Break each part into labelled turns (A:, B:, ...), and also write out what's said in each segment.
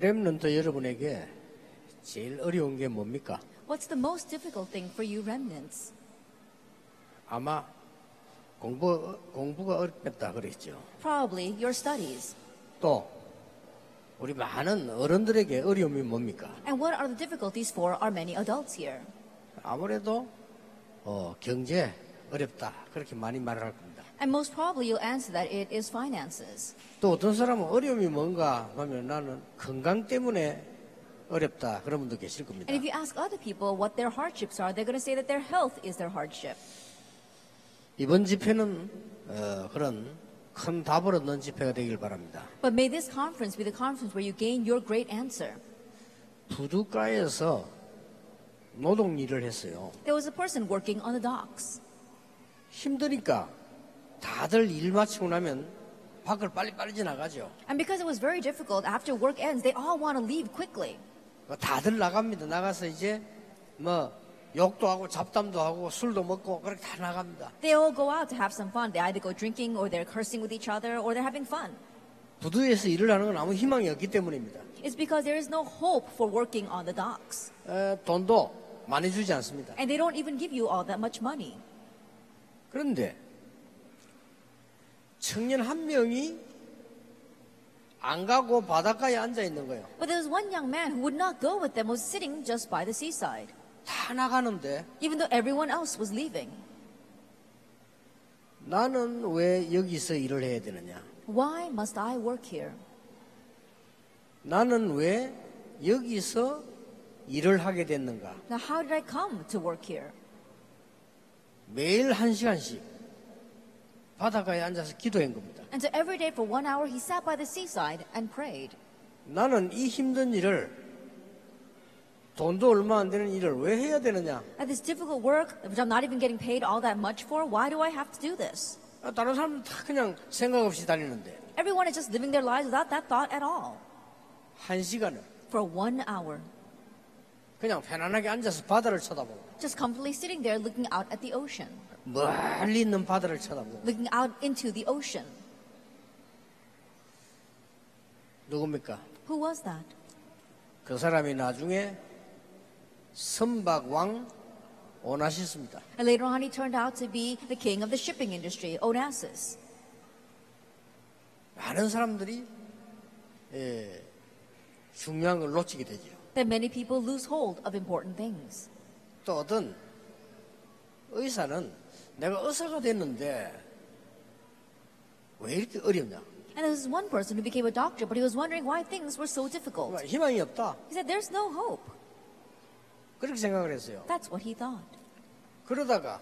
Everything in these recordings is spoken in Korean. A: 렘넌트 여러분에게 제일 어려운 게 뭡니까?
B: What's the most difficult thing for you remnants?
A: 아마 공부 공부가 어렵다 그랬죠.
B: Probably your studies.
A: 또 우리 많은 어른들에게 어려움이 뭡니까?
B: And what are the difficulties for our many adults here?
A: 아무래도 어, 경제 어렵다 그렇게 많이 말을 할 겁니다.
B: And most probably you'll answer that it is finances.
A: 또 어떤 사람은 어려움이 뭔가 하면 나는 건강 때문에 어렵다 그런 분도 계실 겁니다.
B: And if you ask other people what their hardships are, they're going to say that their health is their hardship.
A: 이번 집회는 어, 그런 큰 답을 얻는 집회가 되길 바랍니다.
B: But may this conference be the conference where you gain your great answer.
A: 부두가에서 노동 일을 했어요.
B: There was a person working on the docks.
A: 힘드니까 다들 일 마치고 나면 밖을 빨리빨리 지나가죠.
B: And because it was very difficult, after work ends, they all want to leave quickly.
A: 뭐 다들 나갑니다. 나가서 이제 뭐 욕도 하고 잡담도 하고 술도 먹고 그렇게 다 나갑니다.
B: They all go out to have some fun. They either go drinking or they're cursing with each other or they're having fun.
A: 부두에서 일을 하는 건 아무 희망이 없기 때문입니다.
B: It's because there is no hope for working on the docks.
A: 에, 어, 돈도 많이 주지 않습니다.
B: And they don't even give you all that much money.
A: 그런데 청년 한 명이 안 가고 바닷가에 앉아 있는 거예요.
B: But there was one young man who would not go with them, was sitting just by the seaside,
A: 다 나가는데
B: even though everyone else was leaving.
A: 나는 왜 여기서 일을 해야 되느냐?
B: Why must I work here?
A: 나는 왜 여기서 일을 하게 됐는가?
B: Now, how did I come to work here?
A: 매일 한 시간씩 바닷가에 앉아서 기도한 겁니다.
B: And so every day for one hour, he sat by the seaside and prayed.
A: 나는 이 힘든 일을 돈도 얼마 안 되는 일을 왜 해야 되느냐?
B: At this difficult work, which I'm not even getting paid all that much for, why do I have to do this?
A: 아, 다른 사람은 다 그냥 생각 없이 다니는데
B: Everyone is just living their lives without that thought at all.
A: 한 시간을
B: For one hour,
A: 그냥 편안하게 앉아서 바다를 쳐다보고
B: just comfortably sitting there looking out at the ocean,
A: 멀리 있는 바다를 쳐다보고
B: looking out into the ocean.
A: 누굽니까?
B: Who was that?
A: 그 사람이 나중에 선박왕 오나시스입니다.
B: And later on, he turned out to be the king of the shipping industry, Onassis.
A: 많은 사람들이 예, 중요한 걸 놓치게 되죠.
B: That many people lose hold of important things.
A: 또 어떤 의사는 내가 의사가 됐는데 왜 이렇게 어렵냐?
B: And there was one person who became a doctor, but he was wondering why things were so difficult.
A: 정말 뭐 희망이 없다.
B: He said, There's no hope.
A: 그렇게 생각을 했어요.
B: That's what he thought.
A: 그러다가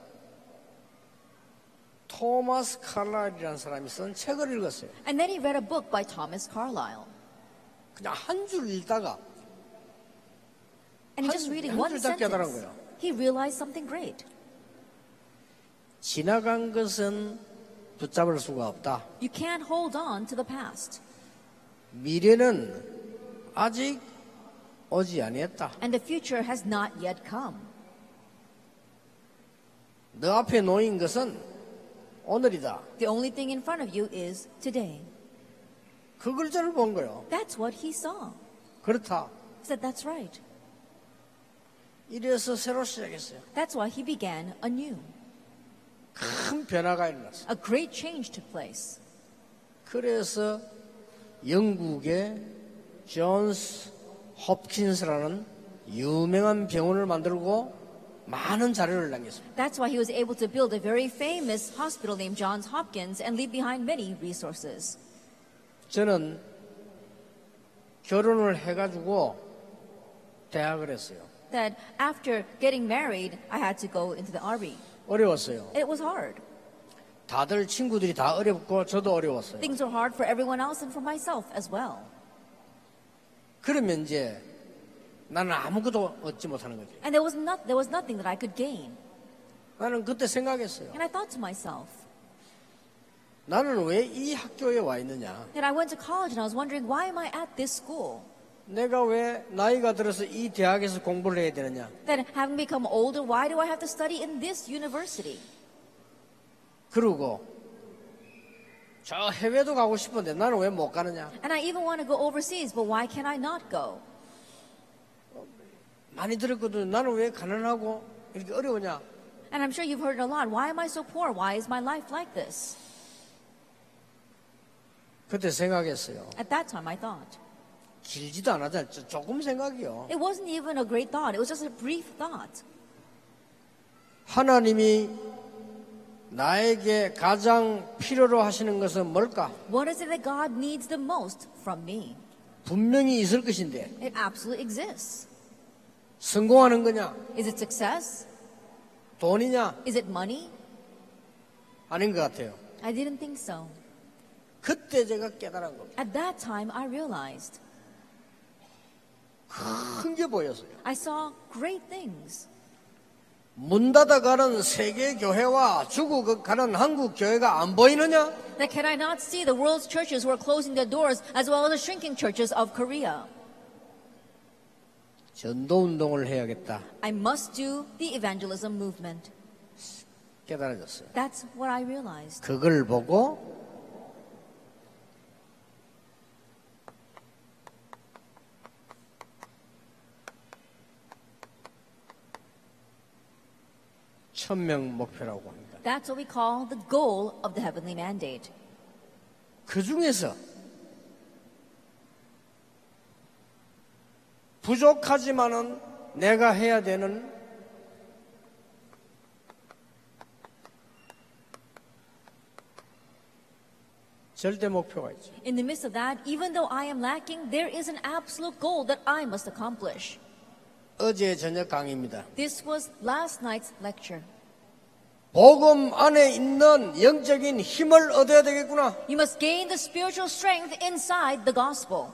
A: 토마스 칼라일이라는 사람이 쓴 책을 읽었어요.
B: And then he read a book by Thomas Carlyle.
A: 그냥 한 줄 읽다가
B: And he just
A: 한-
B: reading
A: 한
B: one
A: 줄 짧게 하더라고요.
B: sentence, he realized something great.
A: 지나간 것은 붙잡을 수가 없다.
B: You can't hold on to the past,
A: 미래는 아직 오지 아니했다.
B: and the future has not yet come.
A: 너 앞에 놓인 것은 오늘이다.
B: The only thing in front of you is today.
A: 그 글자를 본 거예요.
B: That's what he saw.
A: 그렇다.
B: He said, That's right.
A: 이래서 새로 시작했어요.
B: That's why he began anew.
A: 큰 변화가 일어났어요.
B: A great change took place.
A: 그래서 영국의 존스 홉킨스라는 유명한 병원을 만들고 많은 자료를 남겼습니다.
B: That's why he was able to build a very famous hospital named Johns Hopkins and leave behind many resources.
A: 저는 결혼을 해가지고 대학을 했어요.
B: That after getting married, I had to go into the army.
A: 어려웠어요.
B: It was hard.
A: 다들 친구들이 다 어렵고 저도 어려웠어요.
B: Things were hard for everyone else and for myself as well.
A: 그러면 이제 나는 아무것도 얻지 못하는 거죠.
B: And there was, not, there was nothing that I could gain.
A: 나는 그때 생각했어요.
B: And I thought to myself
A: 나는 왜 이 학교에 와 있느냐?
B: that I went to college and I was wondering, why am I at this school?
A: 내가 왜 나이가 들어서 이 대학에서 공부를 해야 되느냐?
B: That having become older, why do I have to study in this university?
A: 그리고 저 해외도 가고 싶은데 나는 왜 못 가느냐?
B: And I even want to go overseas, but why can I not go?
A: 많이 들었거든. 나는 왜 가난하고 이렇게 어려우냐?
B: And I'm sure you've heard it a lot. Why am I so poor? Why is my life like this?
A: 그때 생각했어요.
B: At that time, I thought.
A: 길지도 않았잖아. 저- 조금 생각이요.
B: It wasn't even a great thought, it was just a brief thought.
A: 하나님이 나에게 가장 필요로 하시는 것은 뭘까?
B: What is it that God needs the most from me?
A: 분명히 있을 것인데
B: It absolutely exists.
A: 성공하는 거냐?
B: Is it success?
A: 돈이냐?
B: Is it money?
A: 아닌 것 같아요.
B: I didn't think so.
A: 그때 제가 깨달은 겁니다.
B: At that time, I realized
A: 큰 게 보였어요.
B: I saw great things.
A: 문 닫아가는 세계 교회와 죽어가는 한국 교회가 안 보이느냐?
B: That can I not see the world's churches who are closing their doors as well as the shrinking churches of Korea?
A: 전도 운동을 해야겠다.
B: I must do the evangelism movement.
A: 깨달아졌어요.
B: That's what I realized.
A: 그걸 보고 천명 목표라고 합니다.
B: That's what we call the goal of the heavenly mandate.
A: 그 중에서 부족하지만은 내가 해야 되는 절대 목표가 있죠.
B: In the midst of that, even though I am lacking, there is an absolute goal that I must accomplish.
A: 어제 저녁 강의입니다.
B: This was last night's lecture.
A: 복음 안에 있는 영적인 힘을 얻어야 되겠구나.
B: You must gain the spiritual strength inside the gospel.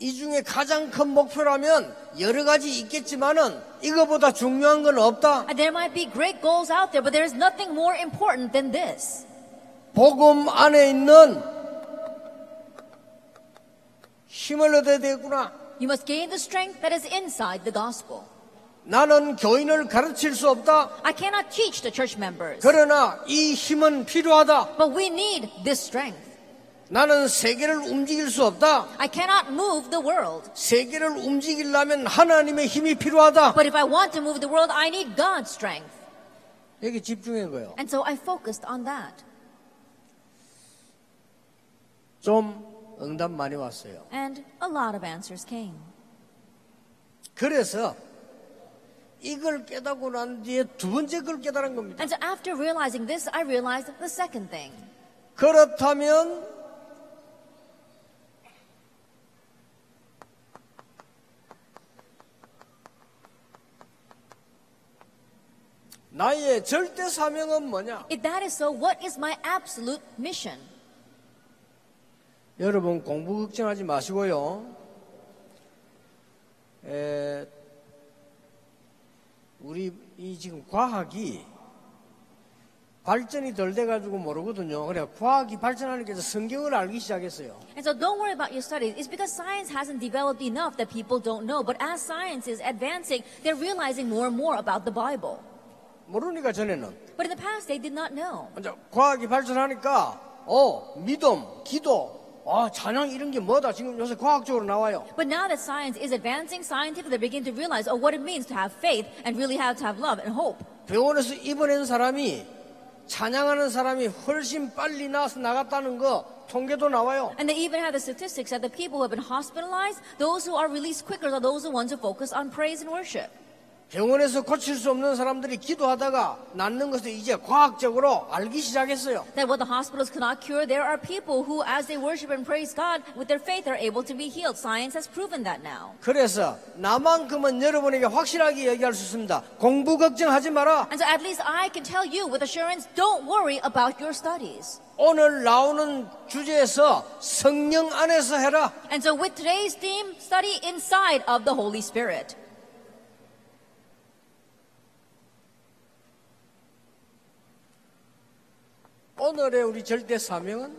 A: 이 중에 가장 큰 목표라면 여러 가지 있겠지만은 이거보다 중요한 건 없다.
B: And There might be great goals out there, but there is nothing more important than this.
A: 복음 안에 있는 힘을 얻어야 되겠구나.
B: You must gain the strength that is inside the gospel.
A: 나는 교인을 가르칠 수 없다.
B: I cannot teach the church members,
A: 그러나 이 힘은 필요하다.
B: but we need this strength.
A: 나는 세계를 움직일 수 없다.
B: I cannot move the world,
A: 세계를 움직이려면 하나님의 힘이 필요하다.
B: but if I want to move the world, I need God's strength.
A: 여기 집중한 거예요.
B: And so I focused on that.
A: 좀 응답 많이 왔어요.
B: And a lot of answers came.
A: 그래서 이걸 깨닫고 난 뒤에 두 번째 걸 깨달은 겁니다.
B: And so after realizing this, I realized the second thing.
A: 그렇다면 나의 절대 사명은 뭐냐?
B: If that is so, what is my absolute mission?
A: 여러분 공부 걱정하지 마시고요. 에, 우리 이 지금 과학이 발전이 덜 돼가지고 모르거든요. 그래 과학이 발전하는 게 성경을 알기 시작했어요.
B: And so don't worry about your studies. It's because science hasn't developed enough that people don't know. But as science is advancing, they're realizing more and more about the Bible.
A: 모르니까 전에는
B: But in the past, they did not know.
A: 이제 과학이 발전하니까 어 믿음, 기도, 아 찬양 이런 게 뭐다 지금 요새 과학적으로 나와요.
B: But now that science is advancing scientifically, they begin to realize, oh, what it means to have faith and really how to have love and hope.
A: 병원에서 입원한 사람이 찬양하는 사람이 훨씬 빨리 나서 나갔다는 거 통계도 나와요.
B: And they even have the statistics that the people who have been hospitalized, those who are released quicker are those the ones who focus on praise and worship.
A: 병원에서 고칠 수 없는 사람들이 기도하다가 낫는 것을 이제 과학적으로 알기 시작했어요.
B: That what the hospitals cannot cure, there are people who, as they worship and praise God, with their faith are able to be healed. Science has proven that now.
A: 그래서 나만큼은 여러분에게 확실하게 얘기할 수 있습니다. 공부 걱정하지 마라.
B: And so at least I can tell you with assurance, don't worry about your studies.
A: 오늘 나오는 주제에서 성령 안에서 해라.
B: And so with today's theme, study inside of the Holy Spirit.
A: 오늘의 우리 절대 사명은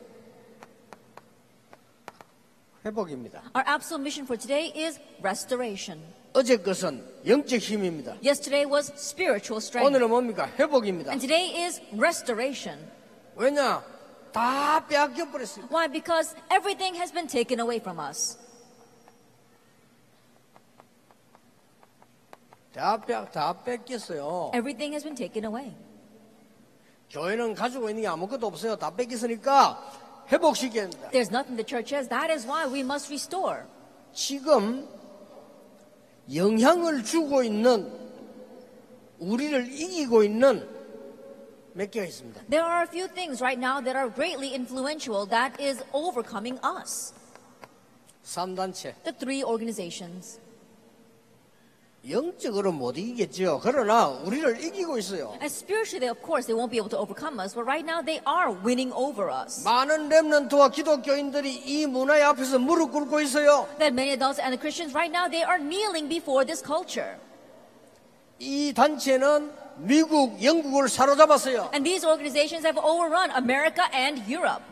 A: 회복입니다.
B: Our absolute mission for today is restoration.
A: 어제 것은 영적 힘입니다.
B: Yesterday was
A: Oh,
B: spiritual strength.
A: 오늘은 뭡니까? 회복입니다.
B: And today is restoration.
A: 왜냐? 다 빼앗겨 버렸어요.
B: Why? Because everything has been taken away from us.
A: 다, 빼, 다 뺏겼어요.
B: Everything has been taken away.
A: 교회는 가지고 있는 게 아무것도 없어요. 다 뺏겼으니까 회복시켜야 된다.
B: There's nothing the church has. That is why we must restore.
A: 지금 영향을 주고 있는 우리를 이기고 있는 몇 개가 있습니다.
B: There are a few things right now that are greatly influential that is overcoming us.
A: 3단체.
B: The three organizations.
A: 영적으로 못 이기겠죠. 그러나 우리를 이기고 있어요.
B: And spiritually, of course, they won't be able to overcome us, but right now they are winning over us.
A: 많은 렘넌트와 기독교인들이 이 문화의 앞에서 무릎 꿇고 있어요.
B: That many adults and the Christians right now they are kneeling before this culture.
A: 이 단체는 미국, 영국을 사로잡았어요.
B: And these organizations have overrun America and Europe.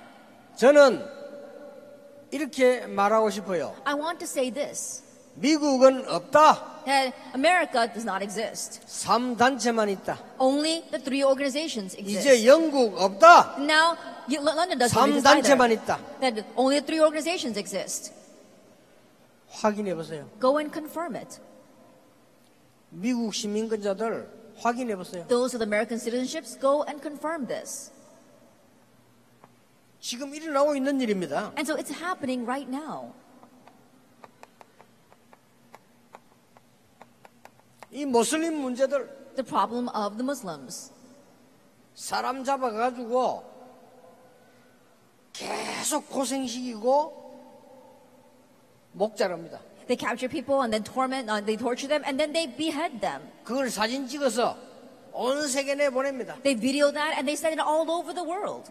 A: 저는 이렇게 말하고 싶어요.
B: I want to say this
A: 미국은 없다.
B: that America does not exist.
A: 3단체만 있다.
B: Only the three organizations exist.
A: 이제 영국 없다.
B: Now, you- London doesn't exist
A: 3단체만
B: either.
A: 있다.
B: That only three organizations exist.
A: 확인해 보세요.
B: Go and confirm it.
A: 미국 시민권자들 확인해 보세요.
B: Those with American citizenships, go and confirm this.
A: 지금 일어나고 있는 일입니다.
B: And so it's happening right now.
A: 이 모슬림 문제들
B: The problem of the Muslims.
A: 사람 잡아가지고 계속 고생시키고 목자랍니다.
B: They capture people and then torment, uh, they torture them, and then they behead them.
A: 그걸 사진 찍어서 온 세계 내보냅니다.
B: They video that and they send it all over the world.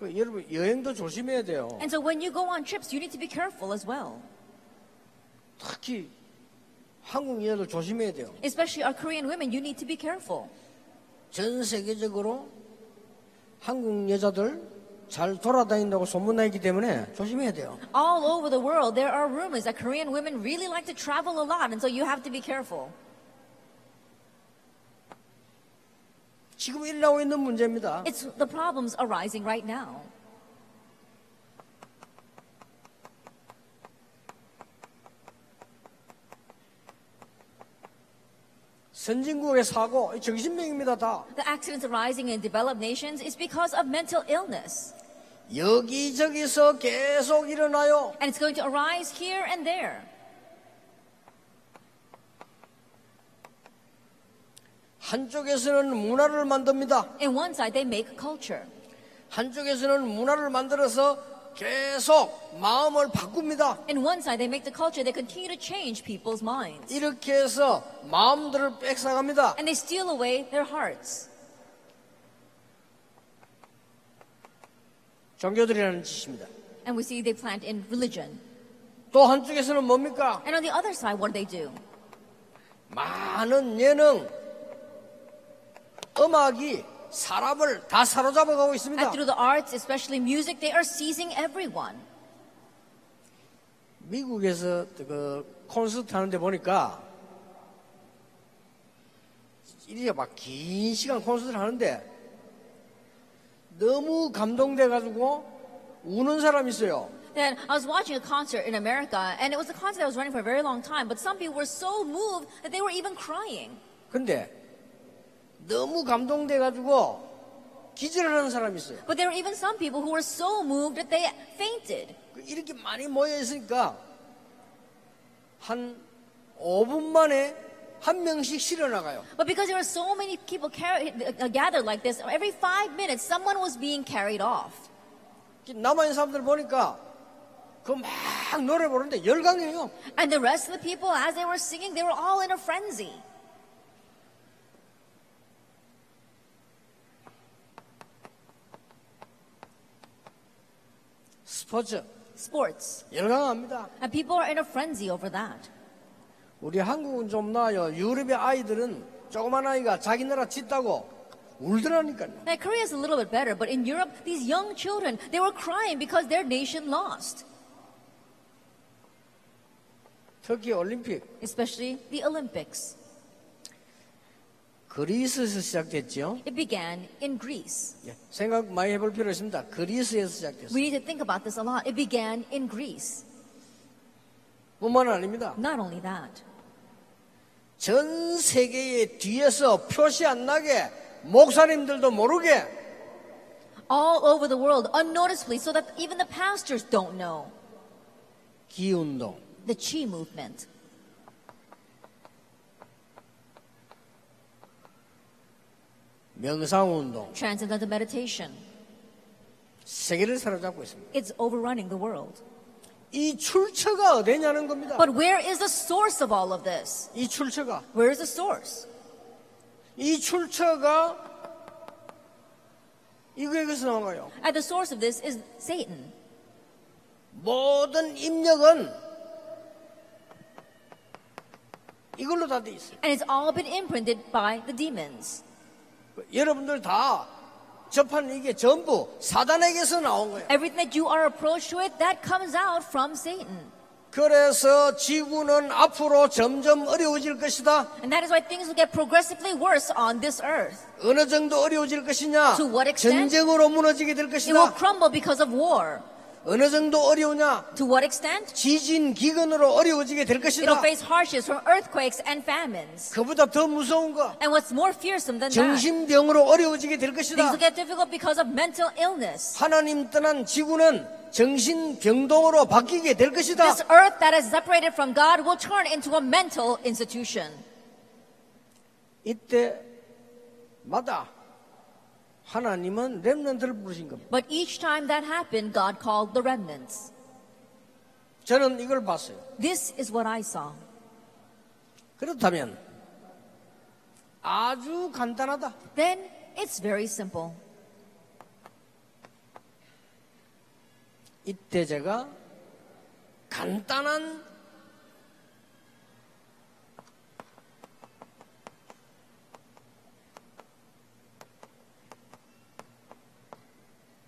A: 그 여러분 여행도 조심해야 돼요.
B: And so when you go on trips, you need to be careful as well.
A: 특히 한국인들 조심해야 돼요.
B: Especially our Korean women, you need to be careful.
A: 전 세계적으로 한국 여자들 잘 돌아다닌다고 소문나기 때문에 조심해야 돼요.
B: All over the world, there are rumors that Korean women really like to travel a lot, and so you have to be careful.
A: 지금 일어나고 있는 문제입니다.
B: It's the problems arising right now.
A: 선진국의 사고, 이 정신병입니다 다.
B: The accidents arising in developed nations is because of mental illness,
A: 여기저기서 계속 일어나요.
B: and it's going to arise here and there.
A: 한쪽에서는 문화를 만듭니다.
B: In one side, they make culture.
A: 한쪽에서는 문화를 만들어서 계속 마음을 바꿉니다.
B: In one side, they make the culture. They continue to change people's minds,
A: 이렇게 해서 마음들을 뺏어갑니다.
B: and they steal away their hearts.
A: 종교들이라는 짓입니다.
B: And we see they plant in religion.
A: 또 한쪽에서는 뭡니까?
B: And on the other side, what do they do?
A: 많은 예능, 음악이 사람을 다 사로잡아가고 있습니다.
B: And through the arts, especially music, they are seizing everyone.
A: 미국에서 그 콘서트 하는데 보니까 이게 막 긴 시간 콘서트를 하는데 너무 감동돼가지고 우는 사람이 있어요.
B: Then I was watching a concert in America, and it was a concert that was running for a very long time. But some people were so moved that they were even crying.
A: 근데 너무 감동돼가지고 기절하는 사람이 있어요.
B: But there were even some people who were so moved that they fainted.
A: 그 이렇게 많이 모여 있으니까 한 5분 만에 한 명씩 실어 나가요.
B: But because there were so many people carry, uh, gathered like this, every five minutes someone was being carried off.
A: 남아 있는 사람들 보니까 그 막 노래 부르는데 열광해요.
B: And the rest of the people, as they were singing, they were all in a frenzy.
A: 스포츠
B: Sports.
A: 열광합니다.
B: And people are in a frenzy over that.
A: 우리 한국은 좀 나아요. 유럽의 아이들은 조그만 아이가 자기 나라 짓다고 울더라니까요.
B: Now, Korea is a little bit better, but in Europe, these young children, they were crying because their nation lost,
A: 터키 올림픽
B: especially the Olympics.
A: 그리스에서 시작됐죠.
B: It began in Greece.
A: 예, 생각 많이 해볼 필요 있습니다. 그리스에서 시작됐어요.
B: We need to think about this a lot. It began in Greece.
A: 뿐만 아닙니다.
B: Not only that,
A: 전 세계의 뒤에서 표시 안 나게 목사님들도 모르게
B: all over the world, unnoticeably, so that even the pastors don't know
A: 기운동
B: the Chi movement.
A: 명상운동
B: Transcendental meditation.
A: 세계를 사로잡고 있습니다.
B: It's overrunning the world.
A: 이 출처가 어디냐는 겁니다.
B: But where is the source of all of this?
A: 이 출처가
B: Where is the source?
A: 이 출처가 이거에서 나온 거예요.
B: At the source of this is Satan.
A: 모든 입력은 이걸로 다 돼 있어요.
B: And it's all been imprinted by the demons.
A: 여러분들 다 접한 이게 전부 사단에게서 나온 거예요.
B: Everything that you are approached with, that comes out from Satan.
A: 그래서 지구는 앞으로 점점 어려워질 것이다.
B: And that is why things will get progressively worse on this earth.
A: 어느 정도 어려워질 것이냐?
B: To what extent?
A: 전쟁으로 무너지게 될
B: It will
A: 것이다.
B: crumble because of war.
A: 어느 정도 어려우냐?
B: To what extent?
A: 지진 기근으로 어려워지게 될
B: It'll
A: 것이다.
B: face hardships from earthquakes and famines.
A: 그보다 더 무서운 거
B: And what's more fearsome than that, things
A: 정신병으로 어려워지게 될 것이다.
B: will get difficult because of mental illness.
A: 하나님 떠난 지구는 정신병동으로 바뀌게 될 것이다.
B: This earth that is separated from God will turn into a mental institution.
A: 이때마다 하나님은 렘넌트를 부르신 겁니다.
B: But each time that happened, God called the remnants.
A: 저는 이걸 봤어요.
B: This is what I saw.
A: 그렇다면 아주 간단하다.
B: Then it's very simple.
A: 이때 제가 간단한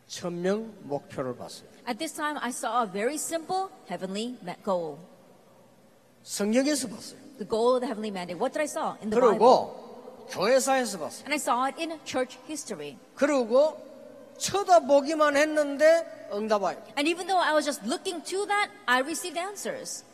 A: 천명 목표를 봤어요.
B: At this time, I saw a very simple heavenly ma- goal.
A: 성경에서 봤어요.
B: The goal of the heavenly mandate. What did I saw in the Bible?
A: 그리고 교회사에서 봤어요.
B: And I saw it in church history.
A: 그리고 쳐다보기만 했는데 응답하여.
B: And even though I was just looking to that, I received answers.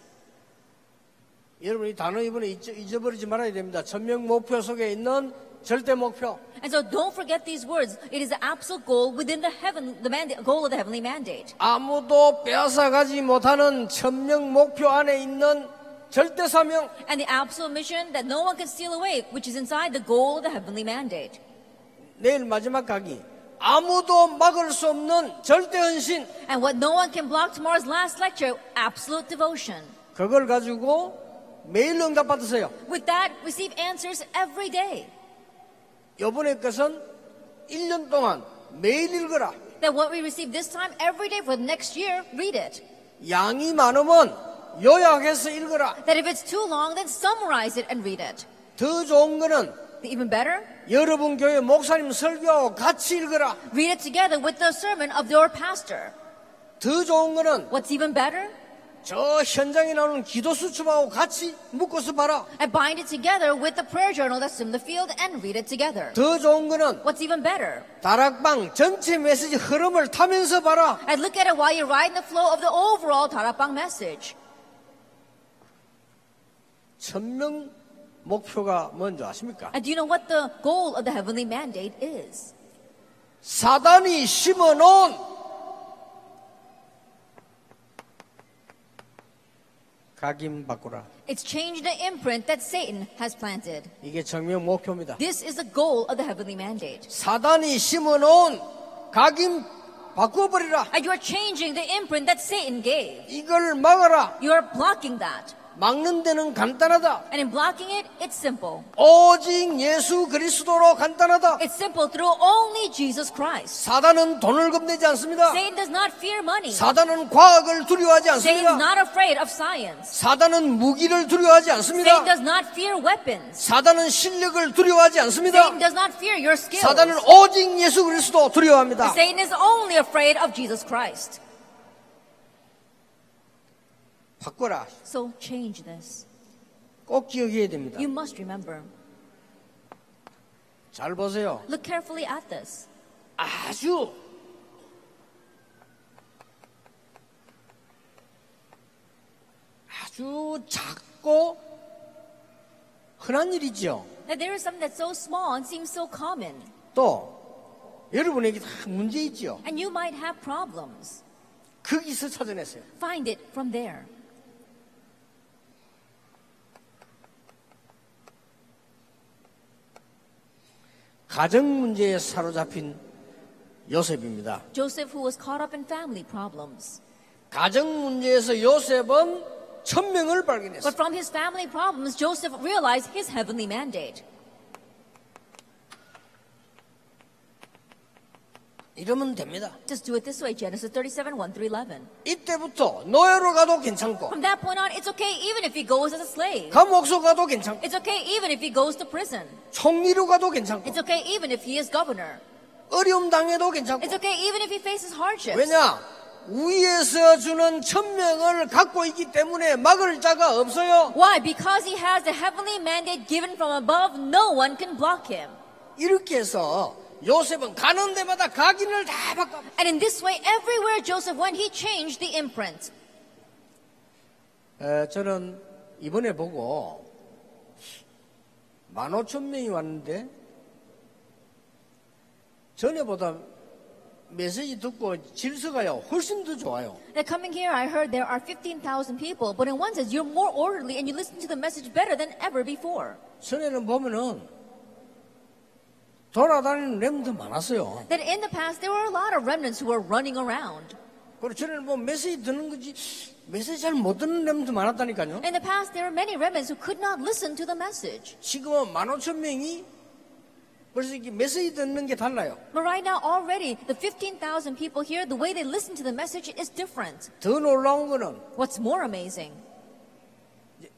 A: 여러분 이 단어 이번에 잊어- 잊어버리지 말아야 됩니다. 천명 목표 속에 있는 절대 목표.
B: And so don't forget these words. It is the absolute goal within the heaven, the mandate, goal of the heavenly mandate.
A: 아무도 빼앗아가지 못하는 천명 목표 안에 있는 절대 사명.
B: And the absolute mission that no one can steal away, which is inside the goal of the heavenly mandate.
A: 내일 마지막 강의. 아무도 막을 수 없는 절대 헌신.
B: And what no one can block tomorrow's last lecture, absolute devotion.
A: 그걸 가지고 매일 응답 받으세요.
B: With that, receive answers every day.
A: 이번에 것은 1년 동안 매일 읽어라.
B: That what we receive this time, every day for the next year, read it.
A: 양이 많으면 요약해서 읽어라.
B: That if it's too long, then summarize it and read it.
A: 더 좋은 거는
B: Even better,
A: 여러분 교회 목사님 설교하고 같이 읽어라.
B: read it together with the sermon of your pastor.
A: 더 좋은 거는
B: What's even better?
A: 저 현장에 나오는 기도 수첩하고 같이 묶어서 봐라.
B: I bind it together with the prayer journal that's in the field and read it together.
A: 더 좋은 거는
B: What's even better?
A: 다락방 전체 메시지 흐름을 타면서 봐라.
B: I look at it while you're riding the flow of the overall Tarapang message.
A: 천명 목표가 뭔지 아십니까?
B: And do you know what the goal of the heavenly mandate is?
A: 사단이 심어놓은 각인 바꾸라.
B: It's changing the imprint that Satan has planted.
A: 이게 천명 목표입니다.
B: This is the goal of the heavenly mandate.
A: 사단이 심어놓은 각인 바꿔버리라.
B: And you are changing the imprint that Satan gave.
A: 이걸 막아라.
B: You are blocking that.
A: 막는 데는 간단하다.
B: And in blocking it, it's simple.
A: 오직 예수 그리스도로 간단하다.
B: It's simple through only Jesus Christ.
A: 사단은 돈을 겁내지 않습니다.
B: Satan does not fear money.
A: 사단은 과학을 두려워하지
B: Satan is
A: 않습니다.
B: not afraid of science.
A: 사단은 무기를 두려워하지
B: Satan
A: 않습니다.
B: does not fear weapons.
A: 사단은 실력을 두려워하지 않습니다.
B: Satan does not fear your skills.
A: 사단은 오직 예수 그리스도 두려워합니다.
B: Satan is only afraid of Jesus Christ.
A: 바꿔라.
B: So change this.
A: 꼭 기억해야 됩니다.
B: You must remember.
A: 잘 보세요.
B: Look carefully at this.
A: 아주 아주 작고 흔한 일이죠.
B: Now, there is something that's so small and seems so common,
A: 또 여러분에게 다 문제 있죠.
B: and you might have problems.
A: 거기서 찾아냈어요.
B: Find it from there.
A: 가정 문제에 사로잡힌 요셉입니다.
B: Joseph, who was caught up in family problems.
A: 가정 문제에서 요셉은 천명을 발견했어요.
B: But from his family problems, Joseph realized his heavenly mandate.
A: 이러면 됩니다.
B: Just do it this way Genesis 37 1 through 11.
A: 이때부터 노예로 가도 괜찮고
B: From that point on, it's okay even if he goes as a slave.
A: 감옥소 가도 괜찮고
B: It's okay even if he goes to prison.
A: 총리로 가도 괜찮고
B: It's okay even if he is governor.
A: 어려움 당해도 괜찮고
B: It's okay even if he faces hardships.
A: 왜냐? 위에서 주는 천명을 갖고 있기 때문에 막을 자가 없어요.
B: Why? Because he has the heavenly mandate given from above, no one can block him.
A: 이렇게 해서 요셉은 가는 데마다 각인을 다 바꿔.
B: And in this way, everywhere Joseph went, he changed the imprint.
A: 에, 저는 이번에 보고 15,000명이 왔는데 전에보다 메시지 듣고 질서가요 훨씬 더 좋아요.
B: Now, coming here, I heard there are 15,000 people, but in one sense, you're more orderly and you listen to the message better than ever before.
A: 전에는 보면은 돌아다니는 렘도 많았어요.
B: That in the past, there were a lot of remnants who were running around.
A: 그리고 전에는 뭐 메시지 듣는 거지 메시지 잘 못 듣는 렘도 많았다니까요.
B: In the past, there were many remnants who could not listen to the message.
A: 지금은 15,000명이 벌써 이게 메시지 듣는 게 달라요.
B: But right now, already, the 15,000 people here, the way they listen to the message is different.
A: 더 놀라운 거는
B: What's more amazing,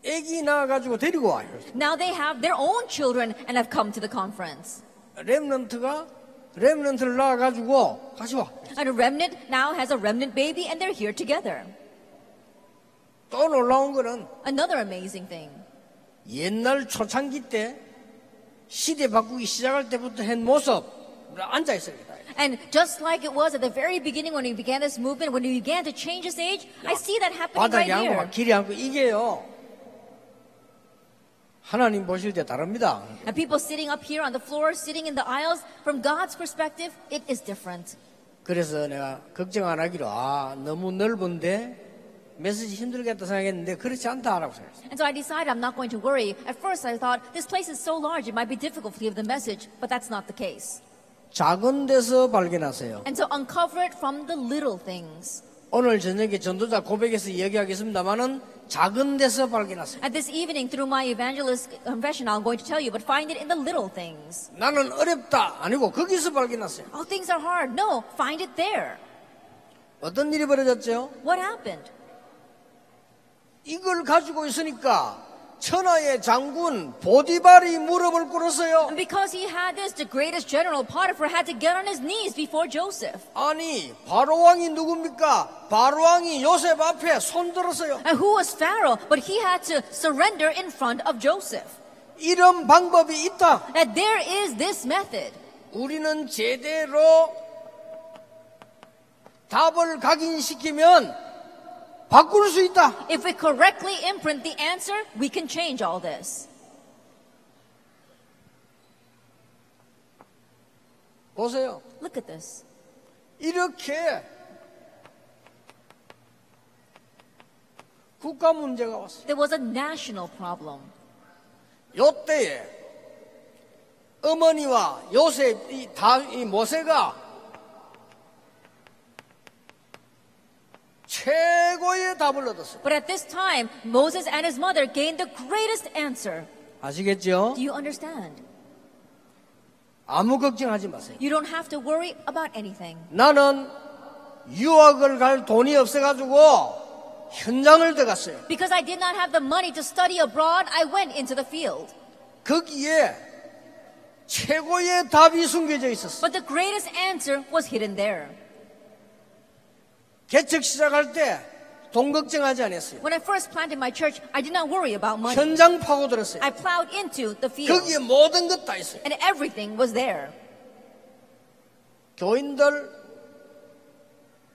A: 애기 낳아가지고 데리고 와요.
B: now they have their own children and have come to the conference.
A: 렘런트가 렘런트를 낳아가지고 같이 와.
B: And a remnant now has a remnant baby and they're here together.
A: 또 놀라운 거는
B: Another amazing thing.
A: 옛날 초창기 때 시대 바꾸기 시작할 때부터 한 모습 앉아 있습니다.
B: And just like it was at the very beginning when we began this movement, when we began to change this age, I see that happening right
A: 바닥에 앉고 막
B: here.
A: 길이 앉고 이게요. 하나님 보실 때 다릅니다.
B: And people sitting up here on the floor, sitting in the aisles, from God's perspective, it is different.
A: 그래서 내가 걱정 안 하기로 아 너무 넓은데 메시지 힘들겠다 생각했는데 그렇지 않다라고 생각했어요.
B: And so I decided I'm not going to worry. At first, I thought this place is so large, it might be difficult to give the message, but that's not the case.
A: 작은 데서 발견하세요.
B: And so uncover it from the little things.
A: 오늘 저녁에 전도자 고백에서 이야기하겠습니다만은 작은 데서 발견하세요.
B: At this evening, through my evangelist confession, I'm going to tell you, but find it in the little things.
A: 나는 어렵다 아니고 거기서 발견하세요.
B: Oh, things are hard. No, find it there.
A: 어떤 일이 벌어졌죠?
B: What happened?
A: 이걸 가지고 있으니까 천하의 장군 보디발이 무릎을 꿇었어요.
B: And because he had this, the greatest general Potiphar had to get on his knees before Joseph.
A: 아니 바로 왕이 누굽니까? 바로 왕이 요셉 앞에 손들었어요.
B: And who was Pharaoh? But he had to surrender in front of Joseph.
A: 이런 방법이 있다.
B: That there is this method.
A: 우리는 제대로 답을 각인시키면 바꿀 수 있다.
B: If we correctly imprint the answer, we can change all this.
A: 보세요.
B: Look at this.
A: 이렇게 국가 문제가 왔어요.
B: There was a national problem.
A: 요 때에 어머니와 요셉 이, 다, 이 모세가 최고의 답을 얻었어요.
B: But at this time, Moses and his mother gained the greatest answer.
A: 아시겠죠?
B: Do you understand?
A: 아무 걱정하지 마세요.
B: You don't have to worry about anything.
A: 나는 유학을 갈 돈이 없어가지고 현장을 들어갔어요.
B: Because I did not have the money to study abroad, I went into the field.
A: 거기에 최고의 답이 숨겨져 있었어.
B: But the greatest answer was hidden there.
A: 개척 시작할 때 돈 걱정하지 않았어요.
B: When I first planted my church, I did not worry about money.
A: 현장 파고들었어요.
B: I plowed into the field,
A: 거기에 모든 것 다 있어요.
B: and everything was there.
A: 교인들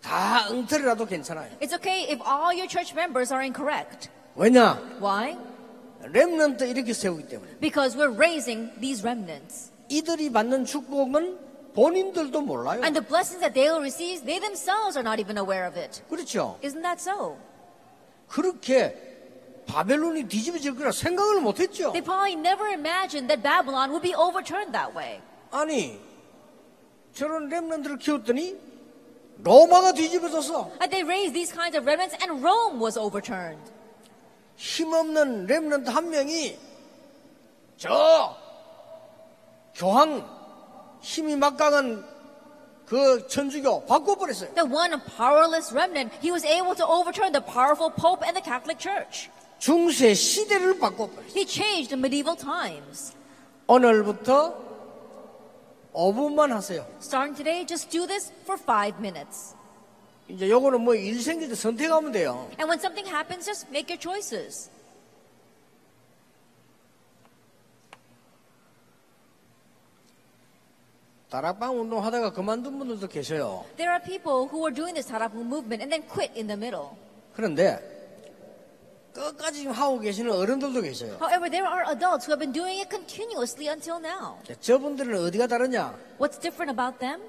A: 다 엉터리라도 괜찮아요.
B: It's okay if all your church members are incorrect.
A: 왜냐?
B: Why?
A: 렘넌트 이렇게 세우기 때문에.
B: Because we're raising these remnants.
A: 이들이 받는 축복은 본인들도 몰라요.
B: And the blessings that they will receive, they themselves are not even aware of it.
A: 그렇죠.
B: Isn't that so?
A: 그렇게 바벨론이 뒤집어질 거라 생각을 못 했죠.
B: They probably never imagined that Babylon would be overturned that way.
A: 아니, 저런 렘넌트를 키웠더니 로마가 뒤집어져서
B: And they raised these kinds of remnants, and Rome was overturned.
A: 힘없는 렘넌트 한 명이 저 교황 힘이 막강한 그 천주교 바꿔버렸어요.
B: The one powerless remnant, he was able to overturn the powerful Pope and the Catholic Church.
A: 중세 시대를 바꿔버렸어요.
B: He changed the medieval times.
A: 오늘부터 5분만 하세요.
B: Starting today, just do this for five minutes.
A: 이제 요거는 뭐 일 생길 때 선택하면 돼요.
B: And when something happens, just make your choices.
A: 다락방 운동하다가 그만둔 분들도 계셔요.
B: There are people who are doing this Tarapu movement and then quit in the middle.
A: 그런데 끝까지 지금 하고 계시는 어른들도 계셔요.
B: However, there are adults who have been doing it continuously until now.
A: 저분들은 어디가 다르냐?
B: What's different about them?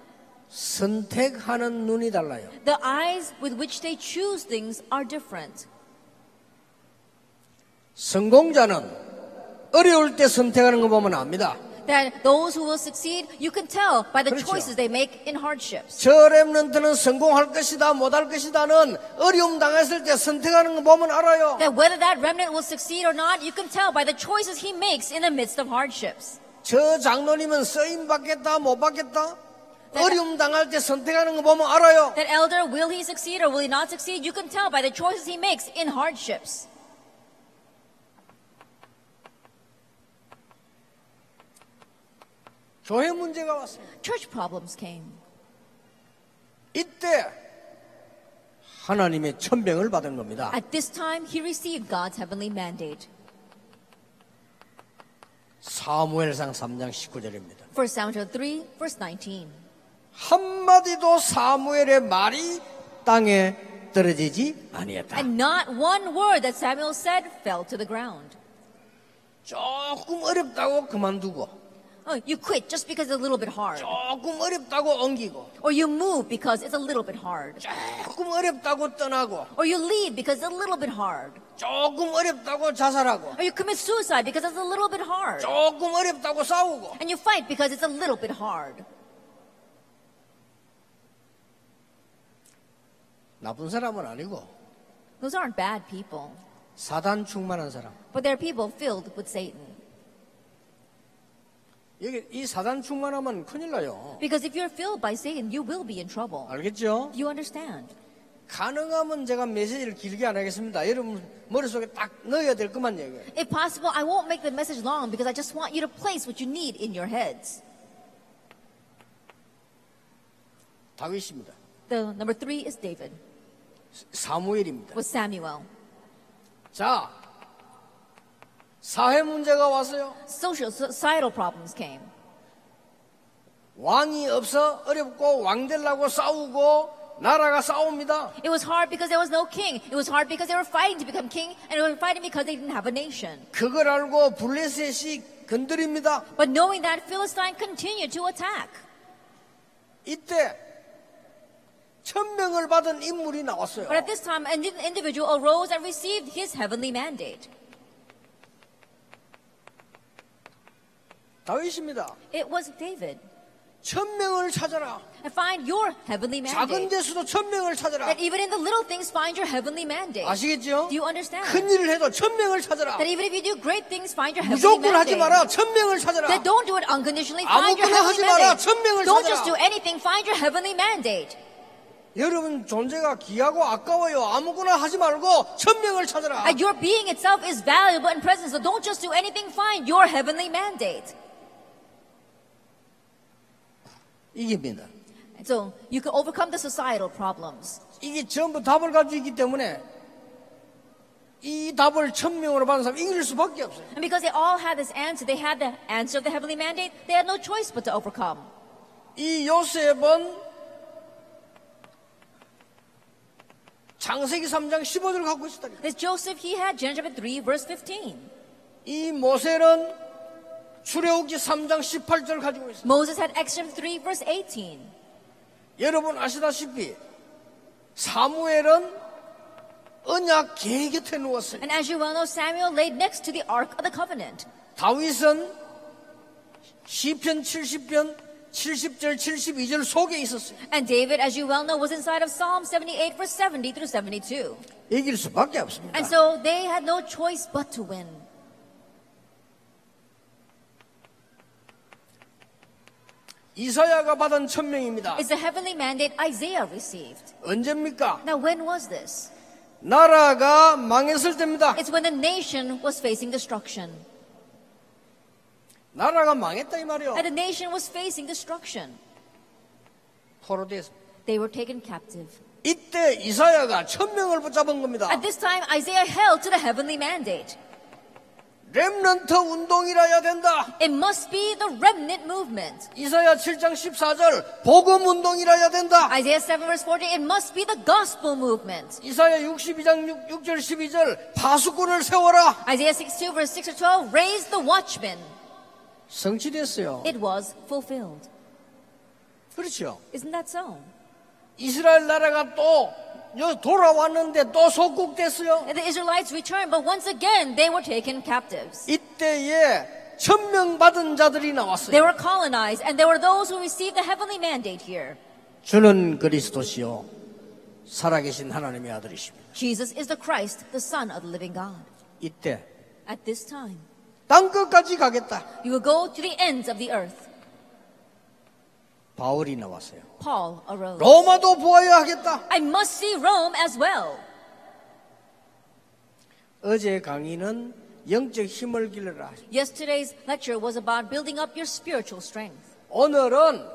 A: 선택하는 눈이 달라요.
B: The eyes with which they choose things are different.
A: 성공자는 어려울 때 선택하는 거 보면 압니다.
B: That those who will succeed, you can tell by the
A: 그렇죠.
B: choices they make in hardships.
A: 저 랩런트는 성공할 것이다, 못할 것이다는 어려움 당했을 때 선택하는 거 보면 알아요.
B: That whether that remnant will succeed or not, you can tell by the choices he makes in the midst of hardships.
A: 저 장로님은 쓰임 받겠다, 못 받겠다. 어려움 당할 때 선택하는 거 보면 알아요.
B: That elder, will he succeed or will he not succeed? You can tell by the choices he makes in hardships.
A: 교회 문제가 왔어요.
B: Church problems came.
A: 이때 하나님의 천병을 받은 겁니다.
B: At this time, he received God's heavenly mandate.
A: 사무엘상 3장 19절입니다.
B: 1 Samuel 3, verse 19.
A: 한마디도 사무엘의 말이 땅에 떨어지지 아니했다.
B: And not one word that Samuel said fell to the ground.
A: 조금 어렵다고 그만두고
B: Oh, you quit just because it's a little bit hard.
A: 조금 어렵다고 옮기고
B: Or you move because it's a little bit hard.
A: 조금 어렵다고 떠나고
B: Or you leave because it's a little bit hard.
A: 조금 어렵다고 자살하고
B: Or you commit suicide because it's a little bit hard.
A: 조금 어렵다고 싸우고
B: And you fight because it's a little bit hard.
A: 나쁜 사람은 아니고
B: Those aren't bad people,
A: 사단 충만한 사람
B: but they're people filled with Satan.
A: 여기 이 사단 충만하면 큰일 나요
B: Because if you're filled by Satan, you will be in trouble.
A: 알겠죠?
B: You understand?
A: 가능하면 제가 메시지를 길게 안 하겠습니다 여러분 머릿속에 딱 넣어야 될 것만 얘기해요
B: If possible, I won't make the message long because I just want you to place what you need in your heads.
A: 다윗입니다
B: The number three is David,
A: 사무엘입니다
B: was Samuel.
A: 자 사회 문제가 왔어요
B: Social, societal problems came.
A: 왕이 없어 어렵고 왕 되려고 싸우고 나라가 싸웁니다.
B: It was hard because there was no king. It was hard because they were fighting to become king, and they were fighting because they didn't have a nation.
A: 그걸 알고 블레셋이 건드립니다.
B: But knowing that, Philistine continued to attack.
A: 이때 천명을 받은 인물이 나왔어요.
B: But at this time, an ind- individual arose and received his heavenly mandate.
A: 다윗입니다.
B: It was David.
A: 천명을 찾아라.
B: And find your heavenly
A: 작은
B: mandate.
A: 데서도 천명을 찾아라.
B: That even in the little things, find your heavenly mandate.
A: 아시겠죠?
B: Do you understand?
A: 큰 일을 해도 천명을 찾아라.
B: That even if you do great things, find your heavenly
A: 무조건 하지
B: mandate.
A: 마라. 천명을 찾아라.
B: That don't do it unconditionally, find
A: 아무거나
B: your heavenly
A: 하지 마라.
B: mandate.
A: 천명을
B: Don't
A: 찾아라.
B: just do anything, find your heavenly mandate.
A: 여러분 존재가 귀하고 아까워요. 아무거나 하지 말고 천명을 찾아라.
B: And your being itself is valuable and present, so don't just do anything, find your heavenly mandate.
A: 이깁니다.
B: And so you can overcome the societal problems.
A: 이게 전부 답을 가지고 있기 때문에 이 답을 천명으로 받은 사람 이길 수밖에 없어요.
B: And because they all had this answer, they had the answer of the heavenly mandate, they had no choice but to overcome.
A: 이 요셉은 창세기 3장 15절을 갖고 있었다니까.
B: This Joseph, he had Genesis chapter 3, verse 15.
A: 이 모세는 출애굽기 3장 18절을 가지고 있어요.
B: Moses had Exodus chapter 3, verse 18.
A: 여러분 아시다시피 사무엘은 언약 계획에 누웠어요.
B: And as you well know, Samuel laid next to the Ark of the Covenant.
A: 다윗은 시편 70편 70절 72절 속에 있었어요.
B: And David, as you well know, was inside of Psalm 78, verse 70 through 72.
A: 이길 수밖에 없습니다.
B: And so they had no choice but to win.
A: 이사야가 받은 천명입니다.
B: It's the heavenly mandate Isaiah received.
A: 언제입니까?
B: Now, when was this?
A: 나라가 망했을 때입니다.
B: It's when the nation was facing destruction.
A: 나라가 망했다 이 말이요.
B: And the nation was facing destruction.
A: 포로돼서
B: They were taken captive.
A: 이때 이사야가 천명을 붙잡은 겁니다.
B: At this time, Isaiah held to the heavenly mandate.
A: 렘넌트 운동이라야 된다.
B: It must be the remnant movement.
A: 이사야 7장 14절 복음 운동이라야 된다.
B: Isaiah 7, verse 40, it must be the gospel movement.
A: 이사야 62장 6, 절 12절 파수꾼을 세워라.
B: Isaiah 62, verse 6 to 12, raise the watchman.
A: 성취됐어요.
B: It was fulfilled.
A: 그렇죠.
B: Isn't that so?
A: 이스라엘 나라가 또 여- 돌아왔는데 또 속국됐어요.
B: And the Israelites returned, but once again, they were taken captives.
A: 이때에 천명 받은 자들이
B: They
A: 나왔어요.
B: were colonized, and there were those who received the heavenly mandate here.
A: 주는 그리스도시요 살아계신 하나님의 아들이십니다.
B: Jesus is the Christ, the Son of the living God.
A: 이때
B: At this time,
A: 땅 끝까지 가겠다.
B: you will go to the ends of the earth.
A: 바울이 나왔어요.
B: Paul arose.
A: 로마도 보아야 하겠다.
B: I must see Rome as well.
A: 어제 강의는 영적 힘을 길러라.
B: Yesterday's lecture was about building up your spiritual strength.
A: 오늘은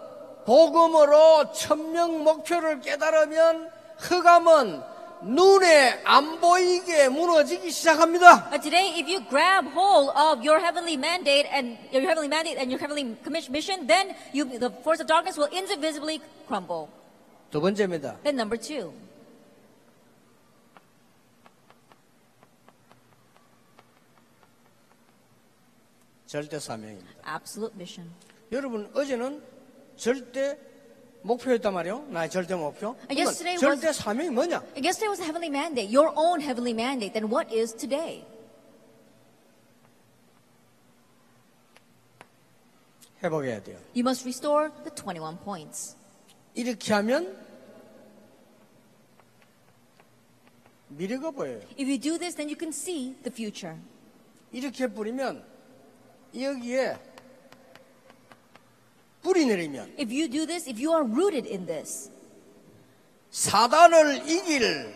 A: 복음으로 천명 목표를 깨달으면 흑암은 눈에 안 보이게 무너지기 시작합니다.
B: But today, if you grab hold of your heavenly mandate and your heavenly mandate and your heavenly commission, mission, then you, the force of darkness will invisibly crumble.
A: 두 번째입니다.
B: Then number two,
A: 절대 사명입니다.
B: absolute mission.
A: 여러분 어제는 절대 목표였단 말이요. 나의 절대 목표.
B: I guess
A: 그러면
B: today
A: 절대 사명이 뭐냐?
B: Yesterday was the heavenly mandate, your own heavenly mandate. Then what is today?
A: 회복해야 돼요.
B: You must restore the 21 points.
A: 이렇게 하면 미래가 보여요.
B: If you do this, then you can see the future.
A: 이렇게 뿌리면 여기에 뿌리 내리면
B: If you do this, if you are rooted in this,
A: 사단을 이길